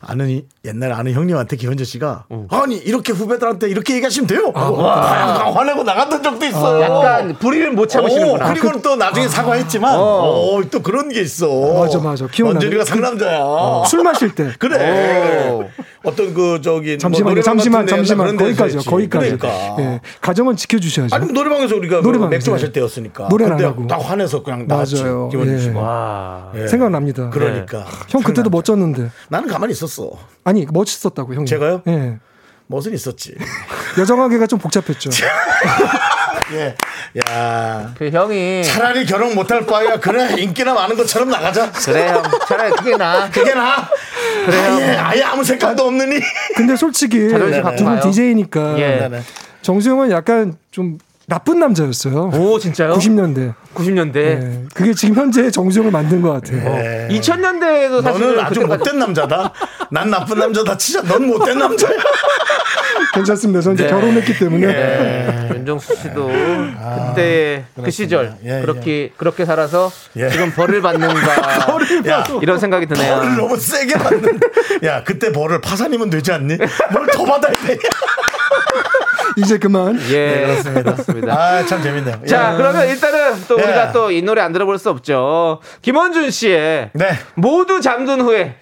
S3: 아는 이- 옛날 아는 형님한테 김원준 씨가
S2: 음.
S3: 아니 이렇게 후배들한테 이렇게 얘기하시면 돼요. 하고 막 화내고 나갔던 적도 있어요.
S2: 아,
S3: 어,
S2: 약간 불의를 못 참으시는구나. 아. 어.
S3: 그리고 는또 나중에 사과했지만 오, 또 그런 게 있어.
S6: 맞아, 맞아. 기억나네. 그-
S3: 원준이가 상남자야.
S2: 어.
S6: 술 마실
S3: 뭐
S6: 때.
S3: 그래.
S2: 오.
S3: 어떤 그 저기
S6: 잠시만요, 잠시만, 잠시만. 거기까지요, 거기까지.
S3: 그러니까.
S6: 예, 가정은 지켜주셔야죠.
S3: 아니 노래방에서 우리가 그
S6: 노래방에서,
S3: 맥주
S6: 예.
S3: 마실 때였으니까
S6: 노래는
S3: 근데
S6: 안 하고.
S3: 딱 화내서 그냥 나왔지
S6: 맞아요.
S3: 김원준
S6: 예.
S3: 씨가
S2: 와.
S3: 예.
S6: 생각납니다.
S3: 그러니까
S2: 네.
S6: 형
S3: 장난
S6: 그때도 멋졌는데.
S3: 나는 가만히 있었어
S6: 아니, 멋있었다고, 형.
S3: 제가요?
S6: 예.
S3: 멋은 있었지
S6: 여정관계가 좀 복잡했죠.
S2: 예.
S3: 예야
S2: 그 형이.
S3: 차라리 결혼 못할 바에야 그래 인기나 많은 것처럼 나가자
S2: 그래, 형. 차라리 그게 나.
S3: 그게 나
S2: 그래요.
S3: 아예, 아예 아무 생각도 없느니
S6: 근데 솔직히
S2: 자존심 갖고
S6: 두분
S2: 봐요.
S6: DJ니까
S2: 예.
S6: 정수영은 약간 좀 나쁜 남자였어요.
S2: 오, 진짜요?
S6: 90년대.
S2: 90년대.
S6: 예. 그게 지금 현재 정수영을 만든 것 같아요.
S3: 예.
S2: 2000년대에도 사실은
S3: 너는 아주
S2: 그때까지-
S3: 못된 남자다 난 나쁜 남자다 치자 넌 못된 남자야
S6: 괜찮습니다. 저는 이제
S2: 네.
S6: 결혼했기 때문에.
S2: 예, 윤정수 씨도 그때 그 시절
S3: 아, 예,
S2: 그렇게 그렇게 살아서
S3: 예.
S2: 지금 벌을 받는가
S3: 야
S2: 이런 생각이 드네요.
S3: 벌을 너무 세게 받는다 야 그때 벌을 파산이면 되지 않니 뭘 더 받아야 되냐
S6: 이제 그만.
S2: 예, 그렇습니다.
S3: 네, 아참 재밌네요 예.
S2: 자, 그러면 일단은 또
S3: 예.
S2: 우리가 또 이 노래 안 들어볼 수 없죠. 김원준 씨의
S3: 네.
S2: 모두 잠든 후에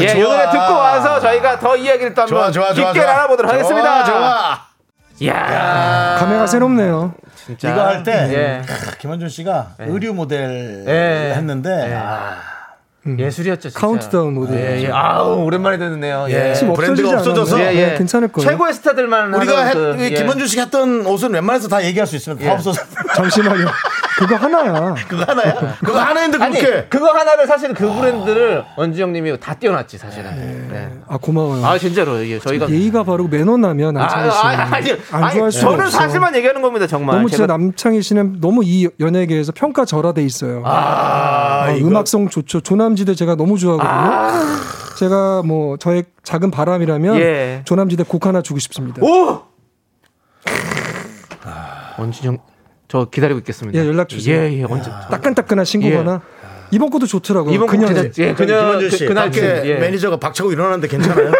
S2: 예, 이
S3: 좋아.
S2: 노래 듣고 와서 저희가 더 이야기를 또
S3: 좋아
S2: 한번
S3: 좋아 좋아
S2: 깊게
S3: 좋아.
S2: 알아보도록
S3: 좋아,
S2: 하겠습니다.
S3: 좋아
S2: 야,
S6: 감회가 새롭네요.
S2: 진짜.
S3: 이거 할 때
S2: 예.
S3: 음, 김원준 씨가 의류 모델
S2: 예.
S3: 했는데
S2: 예.
S3: 아,
S2: 예술이었죠. 진짜.
S6: 음. 카운트다운 모델.
S2: 예, 예.
S3: 음.
S2: 아우 오랜만에 듣네요. 예.
S6: 지금
S3: 브랜드가
S6: 없어지지
S3: 없어져서
S6: 않았나요?
S2: 예, 예.
S6: 네, 괜찮을 거예요.
S2: 최고의 스타들만
S3: 우리가 했,
S2: 하던 그, 예.
S3: 김원준 씨가 했던 옷은 웬만해서 다 얘기할 수 있으면 다
S2: 예.
S3: 없어서
S6: 잠시만요. 그거 하나야.
S3: 그거 하나야 그거 하나인데
S2: 아니
S3: 그렇게 아.
S2: 그거 하나를 사실 그 브랜드를 원주영님이 다 띄워놨지 사실은. 네.
S6: 아 고마워요.
S2: 아 진짜로 이게 저희가
S6: 예의가 바르고 매너나면
S2: 아,
S6: 남창희 씨는
S2: 아, 아니,
S6: 안
S2: 아니,
S6: 좋아할 수
S2: 저는
S6: 없어.
S2: 사실만 얘기하는 겁니다 정말.
S6: 너무 진짜
S2: 제가-
S6: 남창희 씨는 너무 이 연예계에서 평가 절하돼 있어요.
S3: 아,
S6: 어,
S3: 이거
S6: 음악성 좋죠. 조남지대 제가 너무 좋아하거든요. 제가 뭐 저의 작은 바람이라면
S2: 예.
S6: 조남지대 곡 하나 주고 싶습니다.
S2: 오. 원주영 저 기다리고 있겠습니다.
S6: 예, 연락 주세요.
S2: 예예 언제
S6: 따끈따끈한 신곡
S2: 예.
S6: 하나. 이번 것도 좋더라고요.
S2: 이번
S6: 그냥
S2: 곡 제작- 예,
S3: 저기
S2: 그냥
S3: 김원준
S2: 그-
S3: 씨
S2: 그날
S3: 밖에
S2: 그- 예.
S3: 매니저가 박차고 일어났는데 괜찮아요?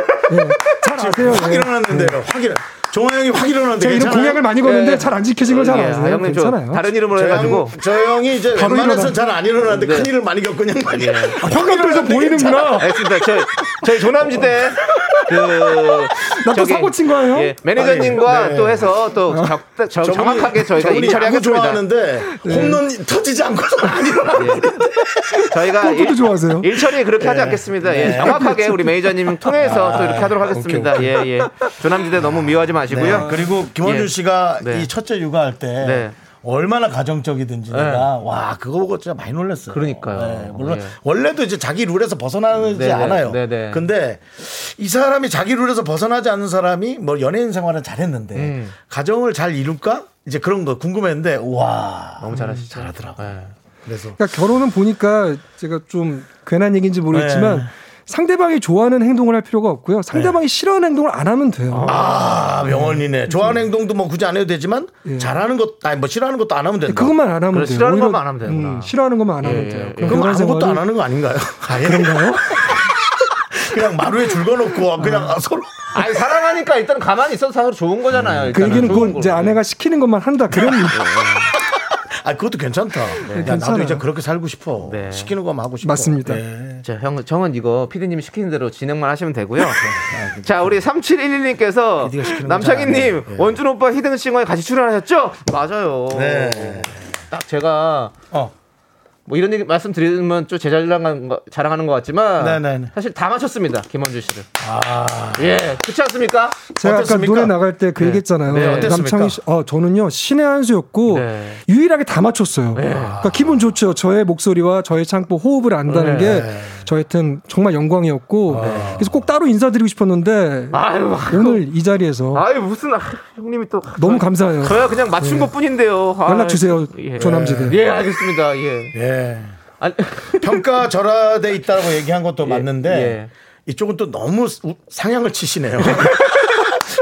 S6: 잘 아세요.
S3: 확
S6: 예.
S3: 일어났는데요 확 일어 종호 형이 확 일어났는데
S6: 제가 이런
S3: 괜찮아요?
S6: 공약을 많이 걷는데
S2: 예.
S6: 잘 안 지켜진 걸 잘
S2: 예,
S6: 아세요.
S2: 아, 형님 저
S6: 괜찮아요.
S2: 다른 이름으로
S3: 저,
S2: 해가지고
S3: 형, 저 형이 이제
S6: 바로
S3: 웬만해서는
S6: 일어나.
S3: 잘 안 일어났는데
S2: 네.
S3: 큰일을 많이 겪은 양반이야
S6: 환갑돼서 보이는구나.
S2: 알겠습니다. 저희, 저희 조남지대 그
S6: 나또
S2: 저기,
S6: 사고 친 거예요?
S2: 예, 매니저님과
S3: 아니, 네.
S2: 또 해서 또 적, 적, 어, 정확하게 저희가
S3: 저분이 야구
S2: 처리하겠습니다. 네.
S3: 좋아하는데 홈런 터지지 않고서 안 일어나는데
S2: 예. 저희가
S6: 골프도 좋아하세요? 네.
S2: 일 처리 그렇게 하지 않겠습니다. 예, 정확하게 우리 매니저님 통해서 또 이렇게
S6: 아,
S2: 하도록 하겠습니다. 예, 예. 조남지대 너무 미워하지 마시고요.
S3: 네, 그리고 김원준
S2: 예.
S3: 씨가
S2: 네.
S3: 이 첫째 육아할 때
S2: 네.
S3: 얼마나 가정적이든지 내가 와 그거 보고 진짜 많이 놀랐어요. 네,
S2: 그러니까요.
S3: 물론
S2: 예.
S3: 원래도 이제 자기 룰에서 벗어나지
S2: 네네,
S3: 않아요.
S2: 네네.
S3: 근데 이 사람이 자기 룰에서 벗어나지 않는 사람이 뭐 연예인 생활은 잘했는데
S2: 음.
S3: 가정을 잘 이룰까 이제 그런 거 궁금했는데 와
S2: 너무 잘하시죠.
S3: 잘하더라고.
S2: 예.
S3: 그래서
S6: 그러니까 결혼은 보니까 제가 좀 괜한 얘기인지 모르겠지만
S3: 네.
S6: 상대방이 좋아하는 행동을 할 필요가 없고요.
S2: 네.
S6: 상대방이 싫어하는 행동을 안 하면 돼요.
S3: 아
S6: 음.
S3: 명언이네. 좋아하는 행동도 뭐 굳이 안 해도 되지만 잘하는 것 아니 뭐 싫어하는 것도 안 하면 된다.
S6: 예. 그것만 안 하면
S2: 그래,
S6: 돼요.
S2: 싫어하는
S6: 오히려, 음,
S2: 것만 안 하면 되는구나.
S6: 싫어하는 것만 안 하면
S2: 예,
S6: 돼요.
S2: 예,
S6: 그럼
S3: 그럼
S6: 결혼
S3: 아무것도 안
S6: 생활이
S3: 하는 거 아닌가요? 아예 그런가요? 그냥 마루에
S6: 아.
S3: 줄거놓고 그냥 서로
S2: 아니, 사랑하니까 일단 가만히 있어도 사실 좋은 거잖아요.
S6: 그
S2: 일단은.
S6: 얘기는
S2: 좋은
S6: 그건 이제
S2: 걸로.
S6: 아내가 시키는 것만 한다. 그런 얘기.
S3: 아 그것도 괜찮다. 야, 나도
S6: 네, 괜찮아요.
S3: 이제 그렇게 살고 싶어.
S2: 네.
S3: 시키는 것만 하고 싶어.
S6: 맞습니다.
S3: 네.
S2: 자, 형, 정은 이거 피디님이 시키는 대로 진행만 하시면 되고요.
S6: 아,
S2: 자, 우리 3711님께서 남창희님,
S6: 예.
S2: 원준 오빠
S6: 네. 예.
S2: 히든싱어에 같이 출연하셨죠? 맞아요.
S3: 네.
S2: 딱 제가
S3: 어.
S2: 뭐 이런 얘기 말씀드리면 좀 제자랑하는 거, 자랑하는 것 같지만
S3: 네네네.
S2: 사실 다 맞췄습니다 김원준 씨를. 예, 그렇지 않습니까?
S6: 아. 제가
S3: 어떻습니까?
S6: 아까 노래 나갈 때 그 얘기했잖아요.
S2: 네,
S3: 어땠습니까?
S6: 남창희 씨, 어, 저는요 신의 한 수였고
S2: 네.
S6: 유일하게 다 맞췄어요. 그러니까 기분 좋죠. 저의 목소리와 저의 창법 호흡을 안다는
S2: 네.
S6: 게 저한테는 정말 영광이었고 그래서 꼭 따로 인사드리고 싶었는데
S2: 아. 아유, 아유,
S6: 오늘 이 자리에서
S2: 아유 무슨 아, 형님이 또
S6: 너무 감사해요.
S2: 저야 그냥 맞춘 것 뿐인데요. 아,
S6: 연락 주세요, 조남지대.
S2: 예, 알겠습니다. 예.
S3: 예.
S2: 아니,
S3: 평가 절하돼 있다고 얘기한 것도 맞는데
S2: 예.
S3: 이쪽은 또 너무 우- 상향을 치시네요.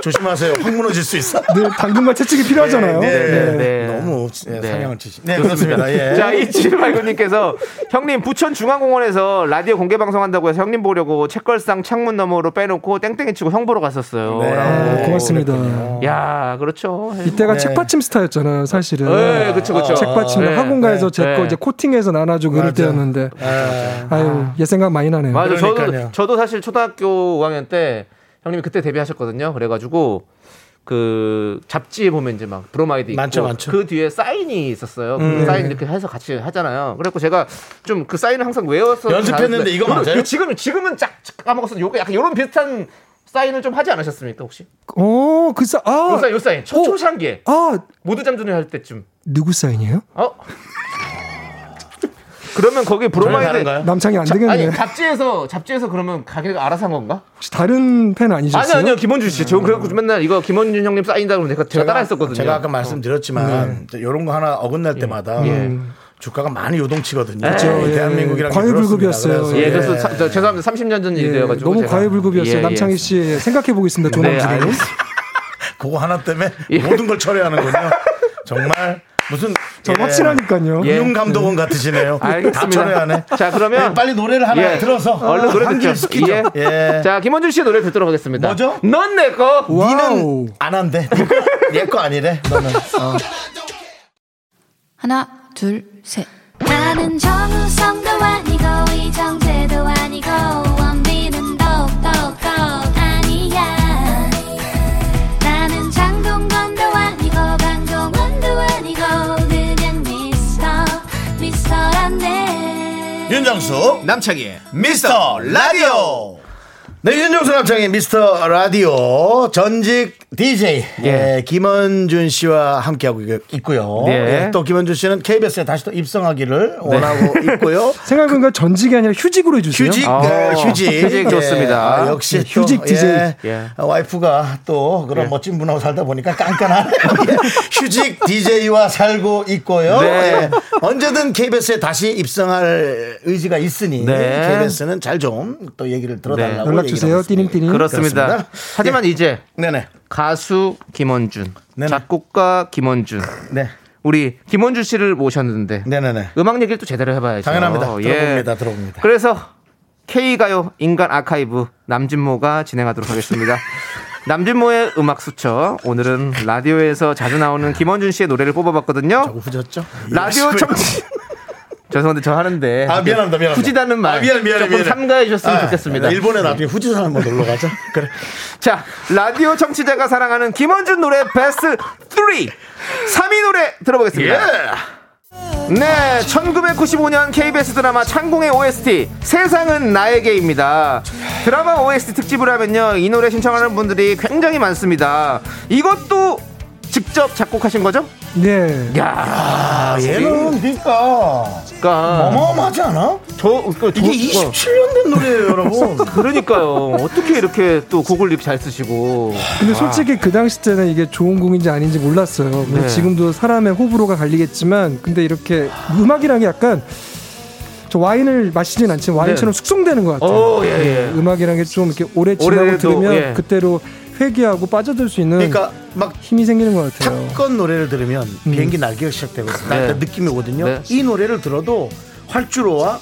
S3: 조심하세요. 확 무너질 수 있어.
S6: 늘 당근과 채찍이 필요하잖아요.
S3: 네, 네.
S2: 네.
S3: 너무 예,
S2: 네.
S3: 상향을 치시. 네, 그렇습니다. 예.
S2: 자, 이칠팔구님께서 형님 부천 중앙공원에서 라디오 공개 방송한다고 해서 형님 보려고 책걸상 창문 너머로 빼놓고 땡땡이 치고 형 보러 갔었어요.
S3: 네.
S2: 라고.
S6: 아, 고맙습니다.
S2: 야, 그렇죠.
S6: 이때가
S3: 네.
S6: 책받침 스타였잖아요, 사실은.
S2: 네, 그쵸, 그쵸.
S6: 책받침
S2: 네,
S6: 학원가에서
S2: 네,
S6: 제 거
S2: 네.
S6: 이제 코팅해서 나눠주고 그럴
S3: 맞아.
S6: 때였는데.
S3: 예.
S6: 아유, 옛 생각 많이 나네요.
S2: 예, 맞아,
S3: 그러니까요.
S2: 저도 저도 사실 초등학교 5학년 때 형님이 그때 데뷔하셨거든요. 그래가지고 그 잡지에 보면 이제 막 브로마이드 있고
S3: 많죠, 음. 많죠.
S2: 그 뒤에 사인이 있었어요. 그 사인 이렇게 해서 같이 하잖아요. 그래갖고 제가 좀 그 사인을 항상 외워서
S3: 연습했는데
S2: 다녔는데
S3: 이거
S2: 요런-
S3: 맞아요?
S2: 요- 지금 지금은 쫙 까먹었어요. 요거 약간 이런 비슷한 사인을 좀 하지 않으셨습니까 혹시?
S6: 어, 그 사,
S2: 요
S6: 아,
S2: 사인 요 사인 초-
S6: 오.
S2: 초창기에
S6: 아,
S2: 모두 잠드는 할 때쯤.
S6: 누구 사인이에요?
S2: 어? 그러면 거기 브로마이드
S3: 다른가요?
S6: 남창이 안 되겠네.
S2: 아니 잡지에서 잡지에서 그러면 가게가 알아서 한 건가?
S6: 혹시 다른 팬 아니셨어요?
S2: 아니 아니요 김원준 씨. 저 그래갖고 맨날 이거 김원준 형님 사인다 그러면 제가, 제가 따라했었거든요. 음.
S3: 제가 아까 말씀드렸지만 이런 거 하나 어긋날 때마다
S2: 예.
S3: 주가가 많이 요동치거든요.
S6: 그렇죠,
S3: 이
S6: 예.
S3: 대한민국이랑
S6: 과유불급이었어요.
S2: 예,
S6: 예.
S2: 그래서 사- 저, 죄송합니다. 30년 전 일이어가지고
S6: 너무
S2: 제가.
S6: 과외불급이었어요.
S2: 예, 예.
S6: 남창희 씨 생각해 보겠습니다.
S2: 네,
S6: 조남지대.
S2: 알겠습니다.
S3: 그거 하나 때문에
S2: 예.
S3: 모든 걸 처리하는군요. 정말 무슨
S6: 저
S3: 예.
S6: 아, 확실하니까요.
S2: 예.
S3: 임용 감독원 같으시네요. 다 처리하네.
S2: 알겠습니다. 예. 자 그러면
S3: 네, 빨리 노래를 하나
S2: 예.
S3: 들어서
S2: 얼른 노래
S3: 한줄
S2: 듣죠.
S3: 시키죠.
S2: 예.
S3: 예.
S2: 자 김원준 씨의 노래 듣도록 하겠습니다.
S3: 뭐죠?
S2: 넌 내거
S6: 음. 와우. 네.
S3: 안 한대. 얘 거 아니래. 너는. 어.
S7: 하나, 둘, 셋.
S4: 나는 정우성도 아니고 이정재도 아니고 원빈은 더욱더 아니야 나는 장동건도 아니고 강동원도 아니고 그냥 미스터 미스터란데
S3: 윤정수 남창희 미스터 라디오. 네, 윤정수 남창희 미스터 라디오 전직 DJ
S2: 예.
S3: 예, 김원준 씨와 함께하고 있고요.
S2: 네.
S3: 예, 또 김원준 씨는 KBS에 다시 또 입성하기를 원하고 있고요.
S6: 생각해보니까 전직이 아니라 휴직으로 해주세요.
S3: 휴직,
S2: 아,
S3: 네, 휴직,
S2: 휴직
S3: 예,
S2: 좋습니다.
S3: 아, 역시
S6: 네,
S3: 또,
S6: 휴직
S3: 예,
S6: DJ.
S2: 예.
S3: 아, 와이프가 또 그런 멋진 문화로 살다 보니까 깐깐하네요. 예, 휴직 DJ와 살고 있고요.
S2: 네.
S3: 예, 언제든 KBS에 다시 입성할 의지가 있으니
S2: 네.
S3: KBS는 잘 좀 또 얘기를 들어달라고
S6: 네. 연락 주세요.
S3: 얘기를 하고 있습니다.
S6: 띠림띠림.
S2: 그렇습니다.
S3: 그렇습니다.
S2: 하지만 이제
S3: 네네.
S2: 가수 김원준,
S3: 네네.
S2: 작곡가 김원준,
S3: 네.
S2: 우리 김원준 씨를 모셨는데
S3: 네네네.
S2: 음악 얘기를 또 제대로 해봐야죠.
S3: 당연합니다.
S2: 예.
S3: 들어봅니다. 들어봅니다.
S2: 그래서 K가요 인간 아카이브 남진모가 진행하도록 하겠습니다. 남진모의 음악 수첩 오늘은 라디오에서 자주 나오는 김원준 씨의 노래를 뽑아봤거든요.
S3: 후졌죠? 예.
S2: 라디오 청취 죄송한데 저 하는데
S3: 아 미안합니다 미안합니다
S2: 후지다는 말
S3: 아, 미안 미안
S2: 조금 삼가해 주셨으면 좋겠습니다.
S3: 아,
S2: 네.
S3: 일본에 나중에 후지산 한번 놀러 가자 그래
S2: 자 라디오 청취자가 사랑하는 김원준 노래 베스트 3 3위 노래 들어보겠습니다. 네, 1995년 KBS 드라마 창공의 OST 세상은 나에게입니다. 드라마 OST 특집을 하면요, 이 노래 신청하는 분들이 굉장히 많습니다. 이것도 직접 작곡하신 거죠?
S6: 네.
S2: 야,
S3: 아, 얘는 그러니까
S2: 그러니까
S3: 어마어마하지 않아?
S2: 저, 그, 저-
S3: 이게
S2: 어, 그러니까
S3: 27년 된 노래예요 여러분
S2: 그러니까요. 어떻게 이렇게 또 구글 립 잘 쓰시고?
S6: 근데 솔직히 그 당시 때는 이게 좋은 곡인지 아닌지 몰랐어요. 물론
S2: 네.
S6: 지금도 사람의 호불호가 갈리겠지만, 근데 이렇게 음악이라는 게 약간 저 와인을 마시진 않지만 와인처럼
S2: 네.
S6: 숙성되는 것 같아요. 네,
S2: 오, 예, 예.
S6: 음악이라는 게 좀 이렇게 오래 지나고
S2: 오래돼도,
S6: 들으면
S2: 예.
S6: 그때로 회귀하고 빠져들 수 있는
S3: 그러니까 막
S6: 힘이 생기는 것 같아요.
S3: 탑건 노래를 들으면 비행기 날개가 시작되고 날 때 느낌이 오거든요
S2: 네.
S3: 이 노래를 들어도 활주로와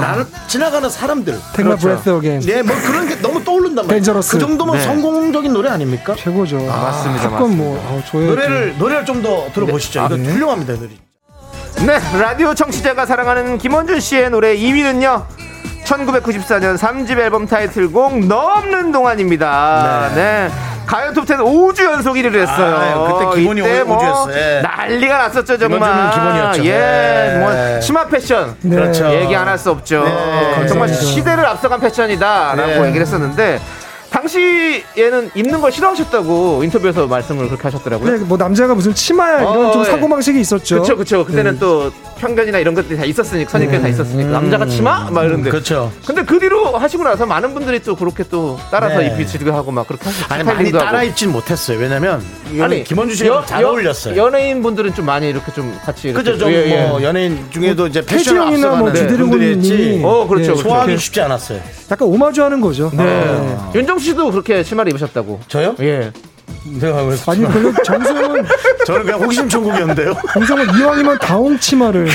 S3: 나를 지나가는 사람들
S6: 탱마
S2: 그렇죠.
S6: 브레스 어게인
S3: 네, 뭐 그런 게 너무 떠오른단 말이에요
S6: Dangerous. 네.
S3: 그 정도면
S2: 네.
S3: 성공적인 노래 아닙니까?
S6: 최고죠.
S2: 맞습니다,
S6: 탑건 뭐 어, 저의
S3: 노래를 노래를 좀 더 들어보시죠 이거 훌륭합니다 이 노래
S2: 네, 라디오 청취자가 사랑하는 김원준 씨의 노래 2위는요. 1994년 3집 앨범 타이틀곡 넘는 동안입니다. 네. 가요 톱10 5주 연속 1위를 했어요.
S3: 아유, 그때 기본이
S2: 이때 뭐
S3: 오- 오주였어요. 예.
S2: 난리가 났었죠, 정말.
S3: 이번 주는 기본이었죠.
S2: 예,
S3: 예.
S2: 정말 치마 패션.
S3: 그렇죠.
S2: 얘기 안 할 수 없죠.
S3: 네.
S2: 정말
S6: 감사합니다.
S2: 시대를 앞서간 패션이다라고
S3: 네.
S2: 얘기를 했었는데 당시에는 입는 걸 싫어하셨다고 인터뷰에서 말씀을 그렇게 하셨더라고요.
S6: 네, 뭐 남자가 무슨 치마야 이런
S2: 어,
S6: 좀
S2: 예.
S6: 사고 방식이 있었죠.
S2: 그렇죠,
S3: 네.
S2: 그렇죠. 그때는 또 편견이나 이런 것들이 다 있었으니까 선입견이 다 있었으니까 남자가 치마 막 이런데.
S3: 음. 그렇죠.
S2: 근데 그 뒤로 하시고 나서 많은 분들이 또 그렇게 또 따라서
S3: 네.
S2: 입히시기도 하고 막 그렇게 하시고
S3: 아니 많이 따라 입진 못했어요. 왜냐면 아니 김원주 씨랑 잘 어울렸어요.
S2: 연예인 분들은 좀 많이 이렇게 좀 같이 이렇게
S3: 그죠 좀뭐
S2: 예, 예.
S3: 연예인 중에도 이제
S6: 태지
S3: 패션
S6: 형이나 뭐
S3: 앞서가는 분들이
S6: 주드래곤님이
S3: 했지.
S2: 어, 그렇죠, 그렇죠.
S3: 소화하기 쉽지 않았어요.
S6: 약간 오마주하는 거죠. 네.
S3: 뭐.
S2: 윤정 씨도 그렇게 치마를 입으셨다고.
S3: 저요?
S2: 예.
S3: 제가 왜
S6: 아니 별로 정성은
S3: 저는 그냥 호기심 천국이었는데요.
S6: 정성은 이왕이면 다홍 치마를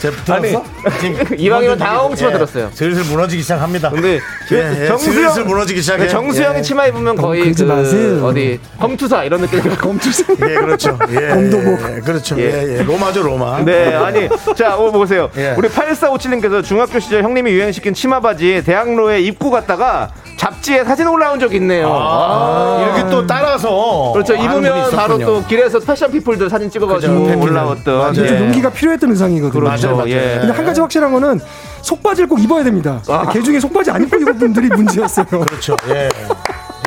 S3: 제 들었어? 지금 예.
S2: 이왕이면 다홍 치마 들었어요.
S3: 슬슬 무너지기 시작합니다.
S2: 근데 그
S3: 예, 예,
S2: 정수영
S3: 슬슬 무너지기 시작해.
S2: 근데 정수영이
S3: 예.
S2: 치마 입으면 거의
S6: 그러지
S2: 그
S6: 마세요.
S2: 어디 검투사 이런 느낌.
S6: 검투사
S3: 예, 그렇죠. 예,
S6: 공도복.
S3: 예, 그렇죠.
S2: 예.
S3: 예, 예. 로마죠, 로마.
S2: 네, 아니, 자, 어, 보세요.
S3: 예.
S2: 우리 8457님께서 중학교 시절 형님이 유행시킨 치마바지 대학로에 입고 갔다가 잡지에 사진 올라온 적 있네요.
S3: 아, 이렇게 또 따라서.
S2: 그렇죠.
S3: 아는 분이
S2: 입으면 바로
S3: 있었군요.
S2: 또 길에서 패션 피플들 사진 찍어가지고
S3: 그죠, 팬들.
S2: 올라왔던. 예.
S3: 맞아요. 네.
S6: 좀 용기가 필요했던 의상이거든요. 네,
S2: 그렇죠.
S3: 맞아요, 맞아요.
S2: 예.
S6: 근데 한 가지 확실한 거는 속바지를 꼭 입어야 됩니다. 개 중에 속바지 안 입고 입은 분들이 문제였어요.
S3: 아. 그렇죠. 예.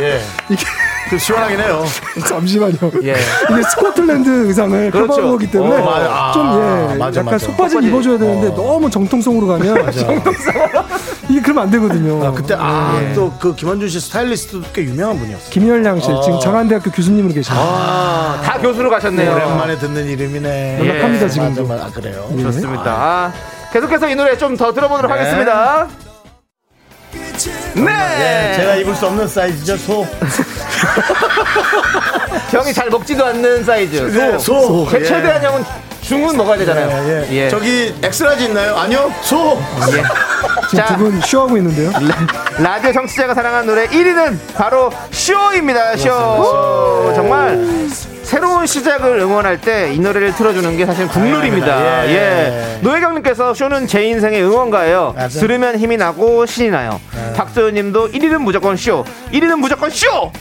S3: 예. 그 시원하긴 해요.
S6: 잠시만요.
S2: 예.
S6: 이게 스코틀랜드 의상을
S2: 그렇죠.
S6: 커버하는 거기 때문에
S3: 어, 맞아.
S6: 좀
S3: 아,
S6: 예,
S3: 맞아,
S6: 약간
S3: 맞아.
S6: 속바지를
S2: 속바지.
S6: 입어줘야 되는데 너무 정통성으로 가면 정통성으로 이게 그러면 안 되거든요.
S3: 아, 그때, 아, 또 그 김원준 씨 스타일리스트도 꽤 유명한 분이었어요.
S6: 김열량 씨 지금 장안대학교 교수님으로 계십니다.
S2: 아, 다 교수로 가셨네요.
S3: 오랜만에 듣는 이름이네.
S2: 연락합니다,
S6: 지금도.
S3: 맞아, 맞아. 아, 그래요.
S2: 좋습니다. 아, 계속해서 이 노래 좀 더
S3: 네.
S2: 들어보도록 하겠습니다.
S3: 예,
S2: 네.
S3: 제가 입을 수 없는 사이즈죠, 소.
S2: 형이 잘 먹지도 않는 사이즈.
S3: 네, 소.
S2: 제 최대한 형은 중은 먹어야 되잖아요.
S3: 예, 예. 저기 엑스라지 있나요? 아니요, 소.
S6: 지금
S2: 자.
S6: 두 분 쇼하고 있는데요.
S2: 라디오 정치자가 사랑하는 노래 1위는 바로 쇼입니다. 쇼. 오, 정말 새로운 시작을 응원할 때 이 노래를 틀어주는 게 사실 국룰입니다.
S3: 예.
S2: 예. 노혜경님께서 쇼는 제 인생의 응원가예요. 네.
S3: 맞아.
S2: 들으면 힘이 나고 신이 나요. 박소연님도 1위는 무조건 쇼. 1위는 무조건 쇼.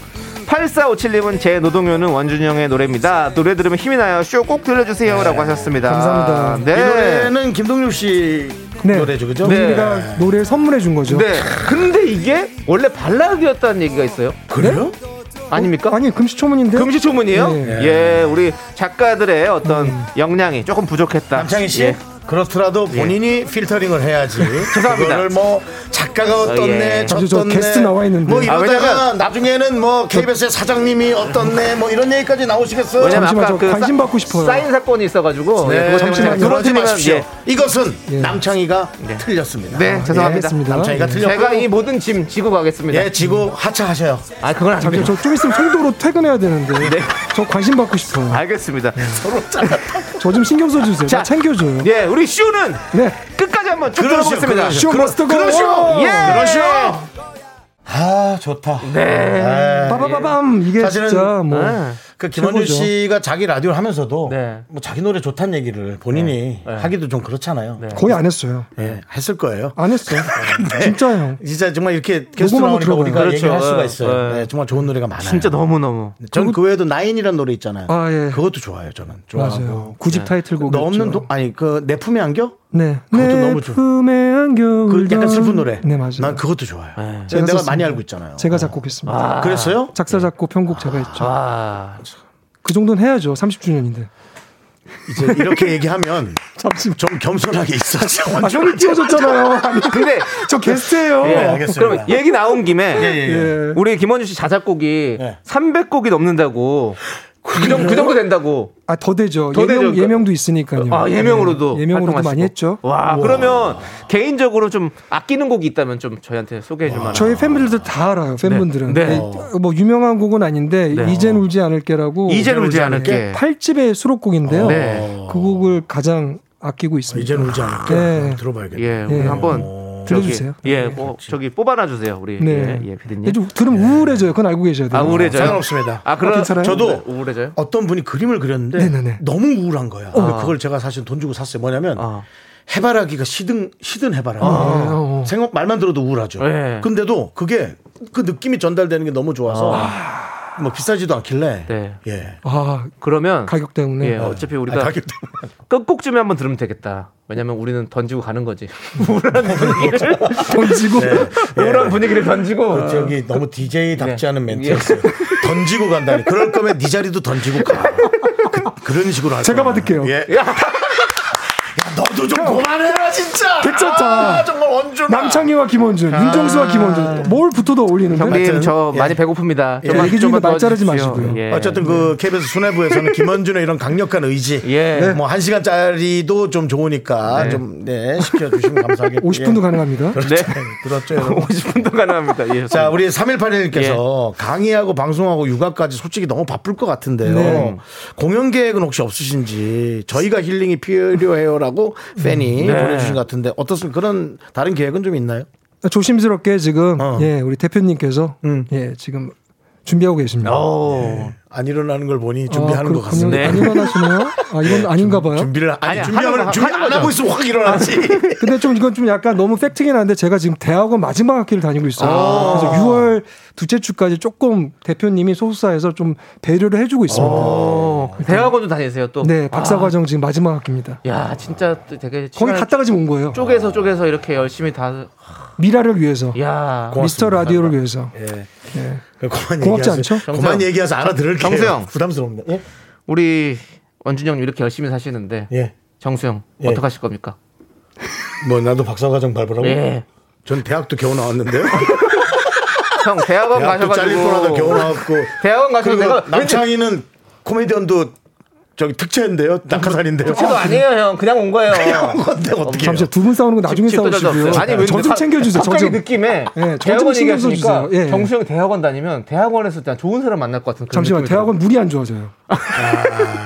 S2: 8457님은 제 노동요는 원준이 형의 노래입니다. 노래 들으면 힘이 나요. 쇼 꼭 들려주세요. 라고 하셨습니다.
S6: 감사합니다.
S3: 이
S2: 네.
S3: 노래는 김동률 씨
S6: 네.
S3: 노래죠, 그죠?
S2: 네.
S6: 우리가 노래를 선물해 준 거죠.
S2: 네. 근데 이게 원래 발라드였다는 얘기가 있어요.
S3: 그래요?
S2: 아닙니까?
S6: 아니 금시초문인데
S2: 금시초문이에요?
S6: 네.
S2: 예, 우리 작가들의 어떤 역량이 조금 부족했다.
S3: 남창희 씨
S2: 예.
S3: 그렇더라도 본인이 필터링을 해야지.
S2: 죄송합니다.
S3: 그거를 뭐 작가가 어떻네,
S2: 예.
S3: 저
S6: 아주 저
S3: 어떻네.
S6: 게스트 나와 있는데.
S3: 뭐
S2: 아,
S3: 이러다가
S2: 왜냐면-
S3: 나중에는 뭐 KBS의 사장님이 어떻네, 뭐 이런 얘기까지 나오시겠어요.
S2: 왜냐면
S6: 잠시만,
S2: 아까
S6: 저
S2: 그
S6: 관심
S2: 싸-
S6: 받고 싶어요.
S2: 사인 사건이 있어가지고 예,
S3: 네,
S2: 그거 잠시만
S3: 네, 그러지
S2: 끊어지면,
S3: 마십시오.
S2: 예.
S3: 이것은
S6: 예.
S3: 남창희가
S2: 예.
S3: 틀렸습니다.
S2: 네, 죄송합니다.
S6: 알겠습니다.
S3: 남창희가 틀렸고
S2: 제가 이 모든 짐 지고 가겠습니다.
S3: 예, 지고 하차하셔요.
S2: 아, 그건 안
S6: 잠시만
S2: 됩니다.
S6: 저좀 있으면 송도로 퇴근해야 되는데
S3: 네.
S6: 저 관심 받고 싶어요.
S3: 아,
S2: 알겠습니다.
S6: 저 좀 신경 써주세요.
S2: 자.
S6: 나 챙겨줘요.
S2: 예, 우리 쇼는
S6: 네.
S2: 끝까지 한번 쭉
S3: 그러시오,
S2: 들어보겠습니다.
S3: 아, 그러시오.
S6: 쇼 머스트 고.
S3: 그러시오.
S2: 예.
S3: 그러시오. 아, 좋다. 네.
S6: 빠바바밤 이게
S3: 사실은-
S6: 진짜 뭐
S2: 아.
S3: 그 김원준
S6: 최고죠.
S3: 씨가 자기 라디오를 하면서도
S2: 네.
S3: 뭐 자기 노래 좋다는 얘기를 본인이 하기도 좀 그렇잖아요.
S6: 거의 안 했어요.
S3: 예, 했을 거예요.
S6: 안 했어요.
S3: 네.
S6: 진짜요.
S3: 진짜 정말 이렇게 게스트
S6: 녹음 한번
S3: 나오니까
S6: 들어봐요.
S3: 우리가
S2: 그렇죠.
S3: 얘기할 수가
S2: 예,
S3: 있어요.
S2: 예.
S3: 네, 정말 좋은 노래가 많아요.
S2: 진짜 너무너무.
S3: 저는 그 외에도 나인이라는 노래 있잖아요.
S6: 아, 예.
S3: 그것도 좋아요. 저는 좋아하고. 뭐, 네.
S6: 맞아요. 그렇죠. 구집 타이틀곡.
S3: 너 없는 도, 아니 그 내 품에 안겨?
S6: 네.
S3: 그것도
S6: 내
S3: 너무 좋아.
S6: 품에 안겨.
S3: 그 약간 슬픈 노래.
S6: 네 맞아요.
S3: 난 그것도 좋아요.
S6: 제가
S3: 제가, 내가 많이
S6: 썼습니다.
S3: 알고 있잖아요.
S6: 제가 작곡했습니다.
S3: 아,
S6: 아,
S3: 그랬어요? 네.
S6: 작사 작곡 편곡 제가 했죠.
S2: 아,
S6: 그 정도는 해야죠. 30주년인데.
S3: 이제 이렇게 얘기하면
S6: 잠시만.
S3: 좀 겸손하게 있었죠.
S6: 아 형이 띄워줬잖아요. 아니,
S2: 근데
S6: 저 게스트예요.
S2: 예,
S3: 네,
S2: 그럼
S3: 알겠습니다.
S2: 얘기 나온 김에
S6: 예.
S2: 우리 김원준 씨 자작곡이
S3: 네.
S2: 300곡이 넘는다고. 그, 정, 그 정도 된다고.
S6: 아더 되죠.
S2: 더 되죠. 그러니까.
S6: 예명, 예명도 있으니까요.
S2: 아 예명으로도
S6: 예, 예명으로도 많이
S2: 활동하시고.
S6: 했죠.
S2: 와, 그러면 개인적으로 좀 아끼는 곡이 있다면 좀 저희한테 소개해 줄 만한.
S6: 저희 팬분들도 다 알아요. 팬분들은
S2: 네.
S6: 이- 뭐 유명한 곡은 아닌데 이젠 울지 않을게라고
S2: 이제 울지 않을게.
S6: 팔집의 수록곡인데요.
S2: 네.
S6: 그 곡을 가장 아끼고 있습니다.
S3: 이제는 울지 않을게.
S6: 네.
S3: 들어봐야겠다.
S2: 예, 우리
S6: 예.
S2: 한번
S6: 들려주세요.
S2: 저기, 예, 뭐 저기 뽑아놔 주세요, 우리
S6: 네.
S2: 예, 예,
S6: 근데
S2: 피디님.
S6: 좀 들으면 우울해져요. 그건 알고 계셔야 돼요.
S2: 아 우울해져요.
S3: 상관없습니다. 네.
S2: 아 그럼
S6: 괜찮아요?
S3: 저도
S2: 우울해져요.
S3: 어떤 분이 그림을 그렸는데
S6: 네네네.
S3: 너무 우울한 거야. 그러니까 그걸 제가 사실 돈 주고 샀어요. 뭐냐면
S2: 아.
S3: 해바라기가 시든 시든 해바라기.
S6: 어, 어.
S3: 생각 말만 들어도 우울하죠.
S2: 예.
S3: 근데도 그게 그 느낌이 전달되는 게 너무 좋아서 뭐 비싸지도 않길래.
S2: 네.
S3: 예.
S6: 아
S2: 그러면
S6: 가격 네. 때문에
S2: 예, 어차피 우리가
S3: 아, 가격 때문에.
S2: 끝곡쯤에 한번 들으면 되겠다. 왜냐면 우리는 던지고 가는 거지. 우울한 분위기를 네.
S6: 던지고
S3: 네.
S2: 우울한 분위기를 던지고
S3: 저기 너무 DJ답지
S2: 예.
S3: 않은 멘트였어요. 뭐. 던지고 간다니. 그럴 거면 네 자리도 던지고 가. 그, 런 식으로 할
S6: 제가
S3: 거면.
S6: 받을게요.
S3: 예. 야, 너도 좀 그만해라 진짜.
S6: 괜찮다.
S3: 아, 정말 원준아.
S6: 남창희와 김원준, 윤정수와 김원준 뭘 붙어도 어울리는데
S2: 아. 형님 저
S3: 예.
S2: 많이 배고픕니다.
S3: 예.
S2: 좀만-
S6: 얘기 중인데
S2: 좀만
S6: 말 자르지
S2: 도와주십시오.
S6: 마시고요.
S2: 예.
S3: 어쨌든 그 KBS 수뇌부에서는 김원준의 이런 강력한 의지.
S2: 예.
S3: 뭐 한 시간짜리도 좀 좋으니까 좀 네, 시켜주시면 감사하겠고.
S6: 50분도
S3: 예.
S6: 가능합니다.
S2: 네.
S3: 들었죠, 여러분.
S2: 50분도 가능합니다. 예.
S3: 자, 우리 3181님께서 강의하고 방송하고 육아까지 솔직히 너무 바쁠 것 같은데요.
S6: 네.
S3: 공연 계획은 혹시 없으신지 저희가 힐링이 필요해요라고
S2: 음.
S3: 팬이
S2: 네.
S3: 보내주신 것 같은데 어떻습니까? 그런 다른 계획은 좀 있나요?
S6: 조심스럽게 지금
S3: 어.
S6: 예 우리 대표님께서
S3: 음.
S6: 예 지금 준비하고 계십니다.
S3: 어, 안 일어나는 걸 보니 준비하는 것
S6: 아, 그렇군요.
S3: 같습니다.
S2: 네.
S6: 안 일어나시네요. 아 이건 아닌가 봐요.
S3: 준비를 아니,
S2: 아니야, 하는
S3: 준비하면
S2: 거,
S3: 준비
S2: 하는
S3: 안 하고 있으면 확 일어나지.
S6: 근데 좀 이건 좀 약간 너무 팩트긴 한데 제가 지금 대학원 마지막 학기를 다니고 있어요.
S3: 아.
S6: 그래서 6월 둘째 주까지 조금 대표님이 소속사에서 좀 배려를 해주고 있습니다.
S2: 어, 대학원도 다니세요 또. 아.
S6: 네, 박사 과정 지금 마지막 학기입니다.
S2: 야 진짜 또 되게
S6: 거기
S2: 시간을
S6: 갔다가 지금 온 거예요.
S2: 쪼개서 쪼개서 이렇게 열심히 다.
S6: 미라를 위해서,
S2: 야.
S6: 미스터 라디오를 위해서.
S3: 예. 그만
S6: 고맙지
S3: 얘기하세요.
S6: 않죠?
S3: 그만 얘기해서 알아들을게요.
S2: 정세영.
S3: 부담스럽네. 예?
S2: 우리 원준이 형님 이렇게 열심히 사시는데
S3: 예.
S2: 정수형
S3: 예.
S2: 어떻게 하실 겁니까?
S3: 뭐 나도 박사과정 밟으라고?
S2: 예.
S3: 전 대학도 겨우 나왔는데요.
S2: 형 대학원
S3: 대학도 잘릴 뻔하다 겨우
S2: 가셔가지고
S3: 나왔고.
S2: 대학원 가서
S3: 그리고
S2: 내가
S3: 남창희는 코미디언도 저기 특채인데요. 낙하산인데요.
S2: 저도 아니에요 형 그냥 온 거예요.
S3: 근데 어떻게
S6: 잠시 두 분 싸우는 거 나중에
S2: 집도 저도
S6: 싸우시고요.
S2: 없어요. 왜
S6: 저좀
S2: 갑-
S6: 챙겨주세요. 저
S2: 갑자기
S6: 좀.
S2: 느낌에
S6: 예, 저좀
S2: 대학원
S6: 신경
S2: 얘기하시니까
S6: 써주세요. 예.
S2: 정수형 대학원 다니면 대학원에서 그냥 좋은 사람 만날 것 같은 그런
S6: 잠시만,
S2: 느낌이 들어요.
S6: 대학원 물이 안 좋아져요.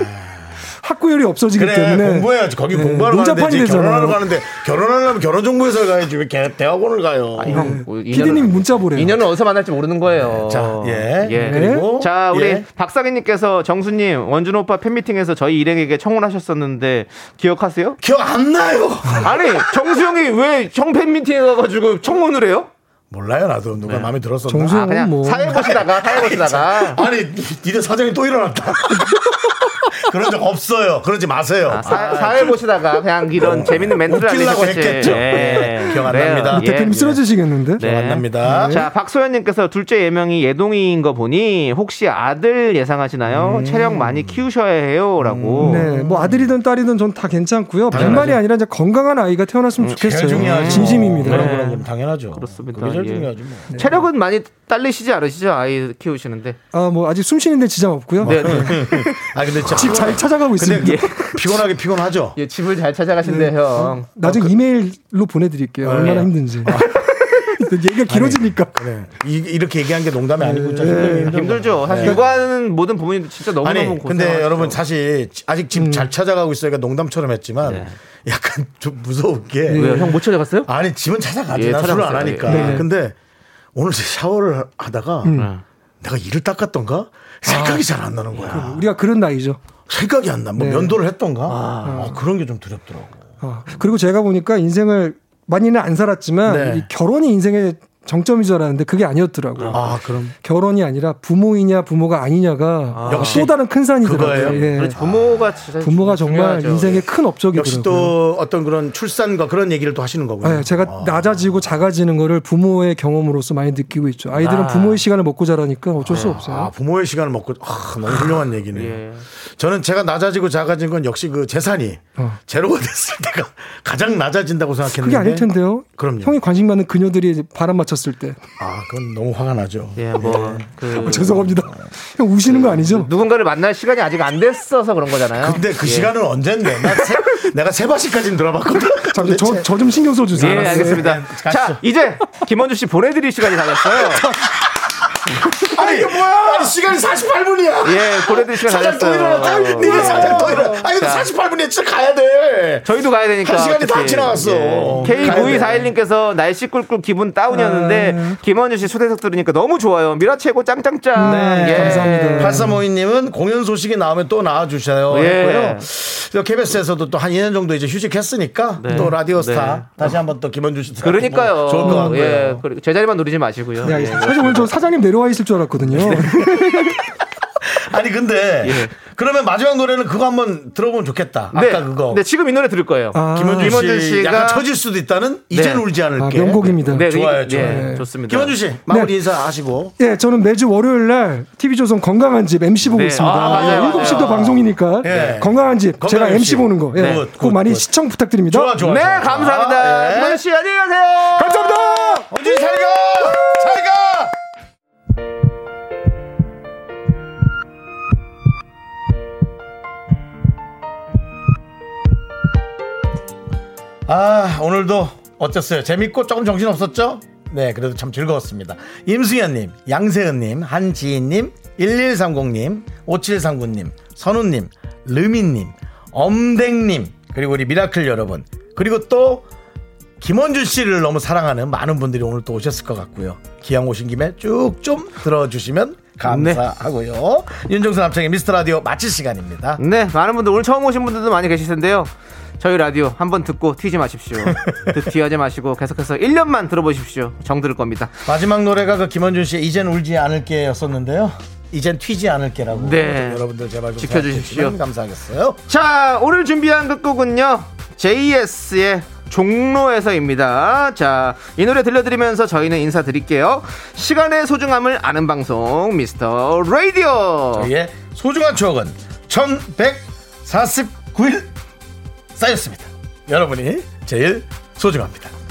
S6: 학구열이 없어지기
S3: 그래
S6: 때문에
S3: 공부해야지 거기
S6: 네,
S3: 공부하러 가는데
S6: 논자판이
S3: 이제 결혼하러
S6: 되잖아요.
S3: 가는데 결혼하려면 결혼정보에서 가야지 왜 개- 대학원을 가요.
S2: 아니 형 뭐,
S6: 네. 피디님이 문자 보내요.
S2: 인연은 어디서 만날지 모르는 거예요.
S3: 자, 예.
S2: 예.
S3: 그리고
S2: 자, 우리
S3: 예.
S2: 박사기님께서 정수님, 원준 오빠 팬미팅에서 저희 일행에게 청혼하셨었는데 기억하세요?
S3: 기억 안 나요.
S2: 아니, 정수형이 왜 정팬미팅에 가가지고 청혼을 해요?
S3: 몰라요 나도 누가 마음에 들었었나.
S6: 정수-
S2: 네. 아, 그냥
S6: 뭐.
S2: 사회 보시다가, 사회 보시다가.
S3: 아니 니네 사장이 또 일어났다. 그런 적 없어요. 그러지 마세요.
S2: 아, 사, 사회 보시다가 그냥 이런 재밌는 멘트를
S3: 웃기려고
S2: 하셨겠지. 예.
S3: 했겠죠. 기억 안 납니다. 아,
S6: 대표님 쓰러지시겠는데?
S2: 네.
S3: 만납니다.
S2: 자, 박소연님께서 둘째 예명이 예동이인 거 보니 혹시 아들 예상하시나요? 체력 많이 키우셔야
S3: 어.
S2: 해요라고.
S6: 음. 네, 뭐 아들이든 딸이든 전 다 괜찮고요. 반말이 아니라 이제 건강한 아이가 태어났으면 좋겠어요. 네,
S3: 중요하죠.
S6: 진심입니다.
S3: 그럼 그럼 그럼 당연하죠.
S2: 네. 그렇습니다.
S3: 그게 제일
S2: 예.
S3: 중요하죠. 뭐.
S2: 체력은 많이 딸리시지 않으시죠? 아이 키우시는데.
S6: 아, 뭐 아직 숨 쉬는데 지장 없고요.
S2: 네, 네.
S3: 아 근데 진짜
S6: 집 잘 찾아가고 있습니다.
S3: 근데 예. 피곤하게 피곤하죠.
S2: 예, 집을 잘 찾아가신대
S3: 네.
S2: 요 형.
S6: 나중에 이메일로 보내드릴게요. 얼마나 힘든지. 얘기가 길어지니까.
S3: 그래. 네. 이, 이렇게 얘기한 게 농담이 아니고 진짜 힘들죠.
S2: 네. 힘들죠. 사실 육아하는 모든 부모님들 진짜 너무
S3: 네.
S2: 음.
S3: 아니
S2: 너무 고생.
S3: 근데 여러분 사실 아직 집 잘 찾아가고 있으니까 농담처럼 했지만 약간 좀 무서운 게
S2: 네. 왜요? 형 못 찾아갔어요?
S3: 아니 집은 찾아가지
S2: 예,
S3: 난 술을 안
S2: 찾아갔어요.
S3: 하니까
S2: 예. 네. 음.
S3: 근데 오늘 제 샤워를 하다가 네. 내가 이를
S2: 아.
S3: 닦았던가 생각이 잘 안 나는 거야
S2: 뭐
S6: 우리가 그런 나이죠.
S3: 생각이 안나뭐
S6: 네.
S3: 면도를 했던가 아, 그런 게 좀 두렵더라고
S6: 아, 그리고 제가 보니까 인생을 많이는 안 살았지만
S3: 네.
S6: 이 결혼이 인생의 정점인 줄 알았는데 그게 아니었더라고요.
S3: 아 그럼
S6: 결혼이 아니라 부모이냐 부모가 아니냐가
S3: 역시
S6: 또 다른 큰 산이더라고요.
S3: 그거예요? 그렇죠. 예.
S6: 예.
S2: 그렇지, 부모가 진짜
S6: 부모가 정말
S2: 중요하죠.
S6: 인생의 큰 업적이더라고요.
S3: 역시 또 어떤 그런 출산과 그런 얘기를 또 하시는 거군요
S6: 네, 제가
S3: 아.
S6: 낮아지고 작아지는 거를 부모의 경험으로서 많이 느끼고 있죠. 아이들은 부모의 시간을 먹고 자라니까 어쩔 수
S3: 아,
S6: 없어요.
S3: 부모의 시간을 먹고 아, 너무 훌륭한 얘기네요.
S2: 예.
S3: 저는 제가 낮아지고 작아진 건 역시 그 재산이
S6: 어.
S3: 제로가 됐을 때가 가장 낮아진다고 생각했는데
S6: 그게 아닐 텐데요.
S3: 그럼요.
S6: 형이 관심 많은 그녀들이 바람 맞췄을 때
S3: 아, 그건 너무 화가 나죠.
S2: 예, 뭐
S3: 네. 어,
S2: 그,
S6: 죄송합니다.
S3: 아.
S6: 형 우시는 거 아니죠?
S2: 누군가를 만날 시간이 아직 안 됐어서 그런 거잖아요.
S3: 근데 그
S2: 예.
S3: 시간은 언젠데 나 세, 내가 세 바시까지는 들어봤거든.
S6: 잠시 저저 좀 신경 써주세요.
S2: 예, 알겠습니다.
S3: 네,
S2: 자, 이제 김원주 씨 보내드릴 시간이 다 됐어요.
S3: 아니 이게 뭐야? 아니, 시간이 48분이야.
S2: 예, 보내드릴 시간 다
S3: 사장 또 일어났다.
S2: 됐어요. 예.
S3: 니네 사장 또 일어나. 아니 근데
S2: 자.
S3: 48분이야. 진짜 가야 돼.
S2: 저희도 가야 되니까. 예.
S3: 한 시간이 다
S2: 어차피.
S3: 지나갔어.
S2: K9241님께서 날씨 꿀꿀 기분 다운이었는데
S3: 네.
S2: 김원주 씨 초대석 들으니까 너무 좋아요. 미라 최고 짱짱짱. 예.
S6: 네, 감사합니다.
S3: 8352님은 공연 소식이 나오면 또 나와주셔요.
S2: 예.
S3: 했고요. 또 KBS에서도 또 한 2년 정도 이제 휴직했으니까 또 라디오스타
S2: 네.
S3: 다시 한번 또 김원준 씨.
S2: 그러니까요.
S3: 어, 좋을 것 같고요.
S2: 예, 그리고 제자리만 노리지 마시고요.
S6: 네,
S2: 예.
S6: 알겠습니다. 사실 오늘 저 사장님 내려와 있을 줄 알았거든요.
S3: 아니 근데
S2: 예.
S3: 그러면 마지막 노래는 그거 한번 들어보면 좋겠다. 아까
S2: 네,
S3: 그거
S2: 네, 지금 이 노래 들을 거예요.
S6: 아.
S3: 김원준 씨
S2: 김원준 씨가-
S3: 약간 처질 수도 있다는 이젠 울지 않을게.
S6: 아, 명곡입니다.
S2: 네,
S6: 네.
S3: 좋아요,
S2: 이-
S3: 좋아요.
S2: 예, 좋습니다.
S3: 김원준 씨 마무리 인사하시고
S6: 예, 저는 매주 월요일 날 TV조선 건강한 집 MC 보고
S2: 네.
S6: 있습니다. 예,
S2: 아, 맞아요,
S6: 일곱 시도
S2: 맞아요. 네.
S6: 방송이니까
S3: 예.
S6: 건강한 집
S3: 건강한
S6: 제가 MC
S3: 집.
S6: 보는 거. 예.
S3: 네. 굿, 굿,
S6: 꼭 많이
S3: 굿.
S6: 시청 부탁드립니다.
S3: 좋아 좋아.
S2: 네,
S3: 좋아, 좋아.
S2: 감사합니다.
S3: 예.
S2: 김원준 씨, 안녕히 가세요.
S3: 감사합니다. 원준 잘가 잘가. 아 오늘도 어땠어요? 재밌고 조금 정신 없었죠? 네 그래도 참 즐거웠습니다. 임승현님, 양세은님, 한지인님, 1130님, 5739님, 선우님, 르민님, 엄댕님 그리고 우리 미라클 여러분 그리고 또 김원준 씨를 너무 사랑하는 많은 분들이 오늘 또 오셨을 것 같고요. 기왕 오신 김에 쭉 좀 들어주시면 감사하고요. 윤정수 남창의 미스터 라디오 마칠 시간입니다.
S2: 네, 많은 분들 오늘 처음 오신 분들도 많이 계실 텐데요. 저희 라디오 한번 듣고 튀지 마십시오. 튀하지 마시고 계속해서 1년만 들어보십시오. 정 들을 겁니다.
S3: 마지막 노래가 그 김원준 씨의 이젠 울지 않을게였었는데요. 이젠 튀지 않을게라고
S2: 네.
S3: 좀 여러분들 제발 좀
S2: 지켜주십시오.
S3: 생각해 주시면 감사하겠어요.
S2: 자, 오늘 준비한 끝곡은요. JS의 종로에서입니다. 자, 이 노래 들려드리면서 저희는 인사드릴게요. 시간의 소중함을 아는 방송, 미스터 라디오.
S3: 저희의 소중한 추억은 1149일 쌓였습니다. 여러분이 제일 소중합니다.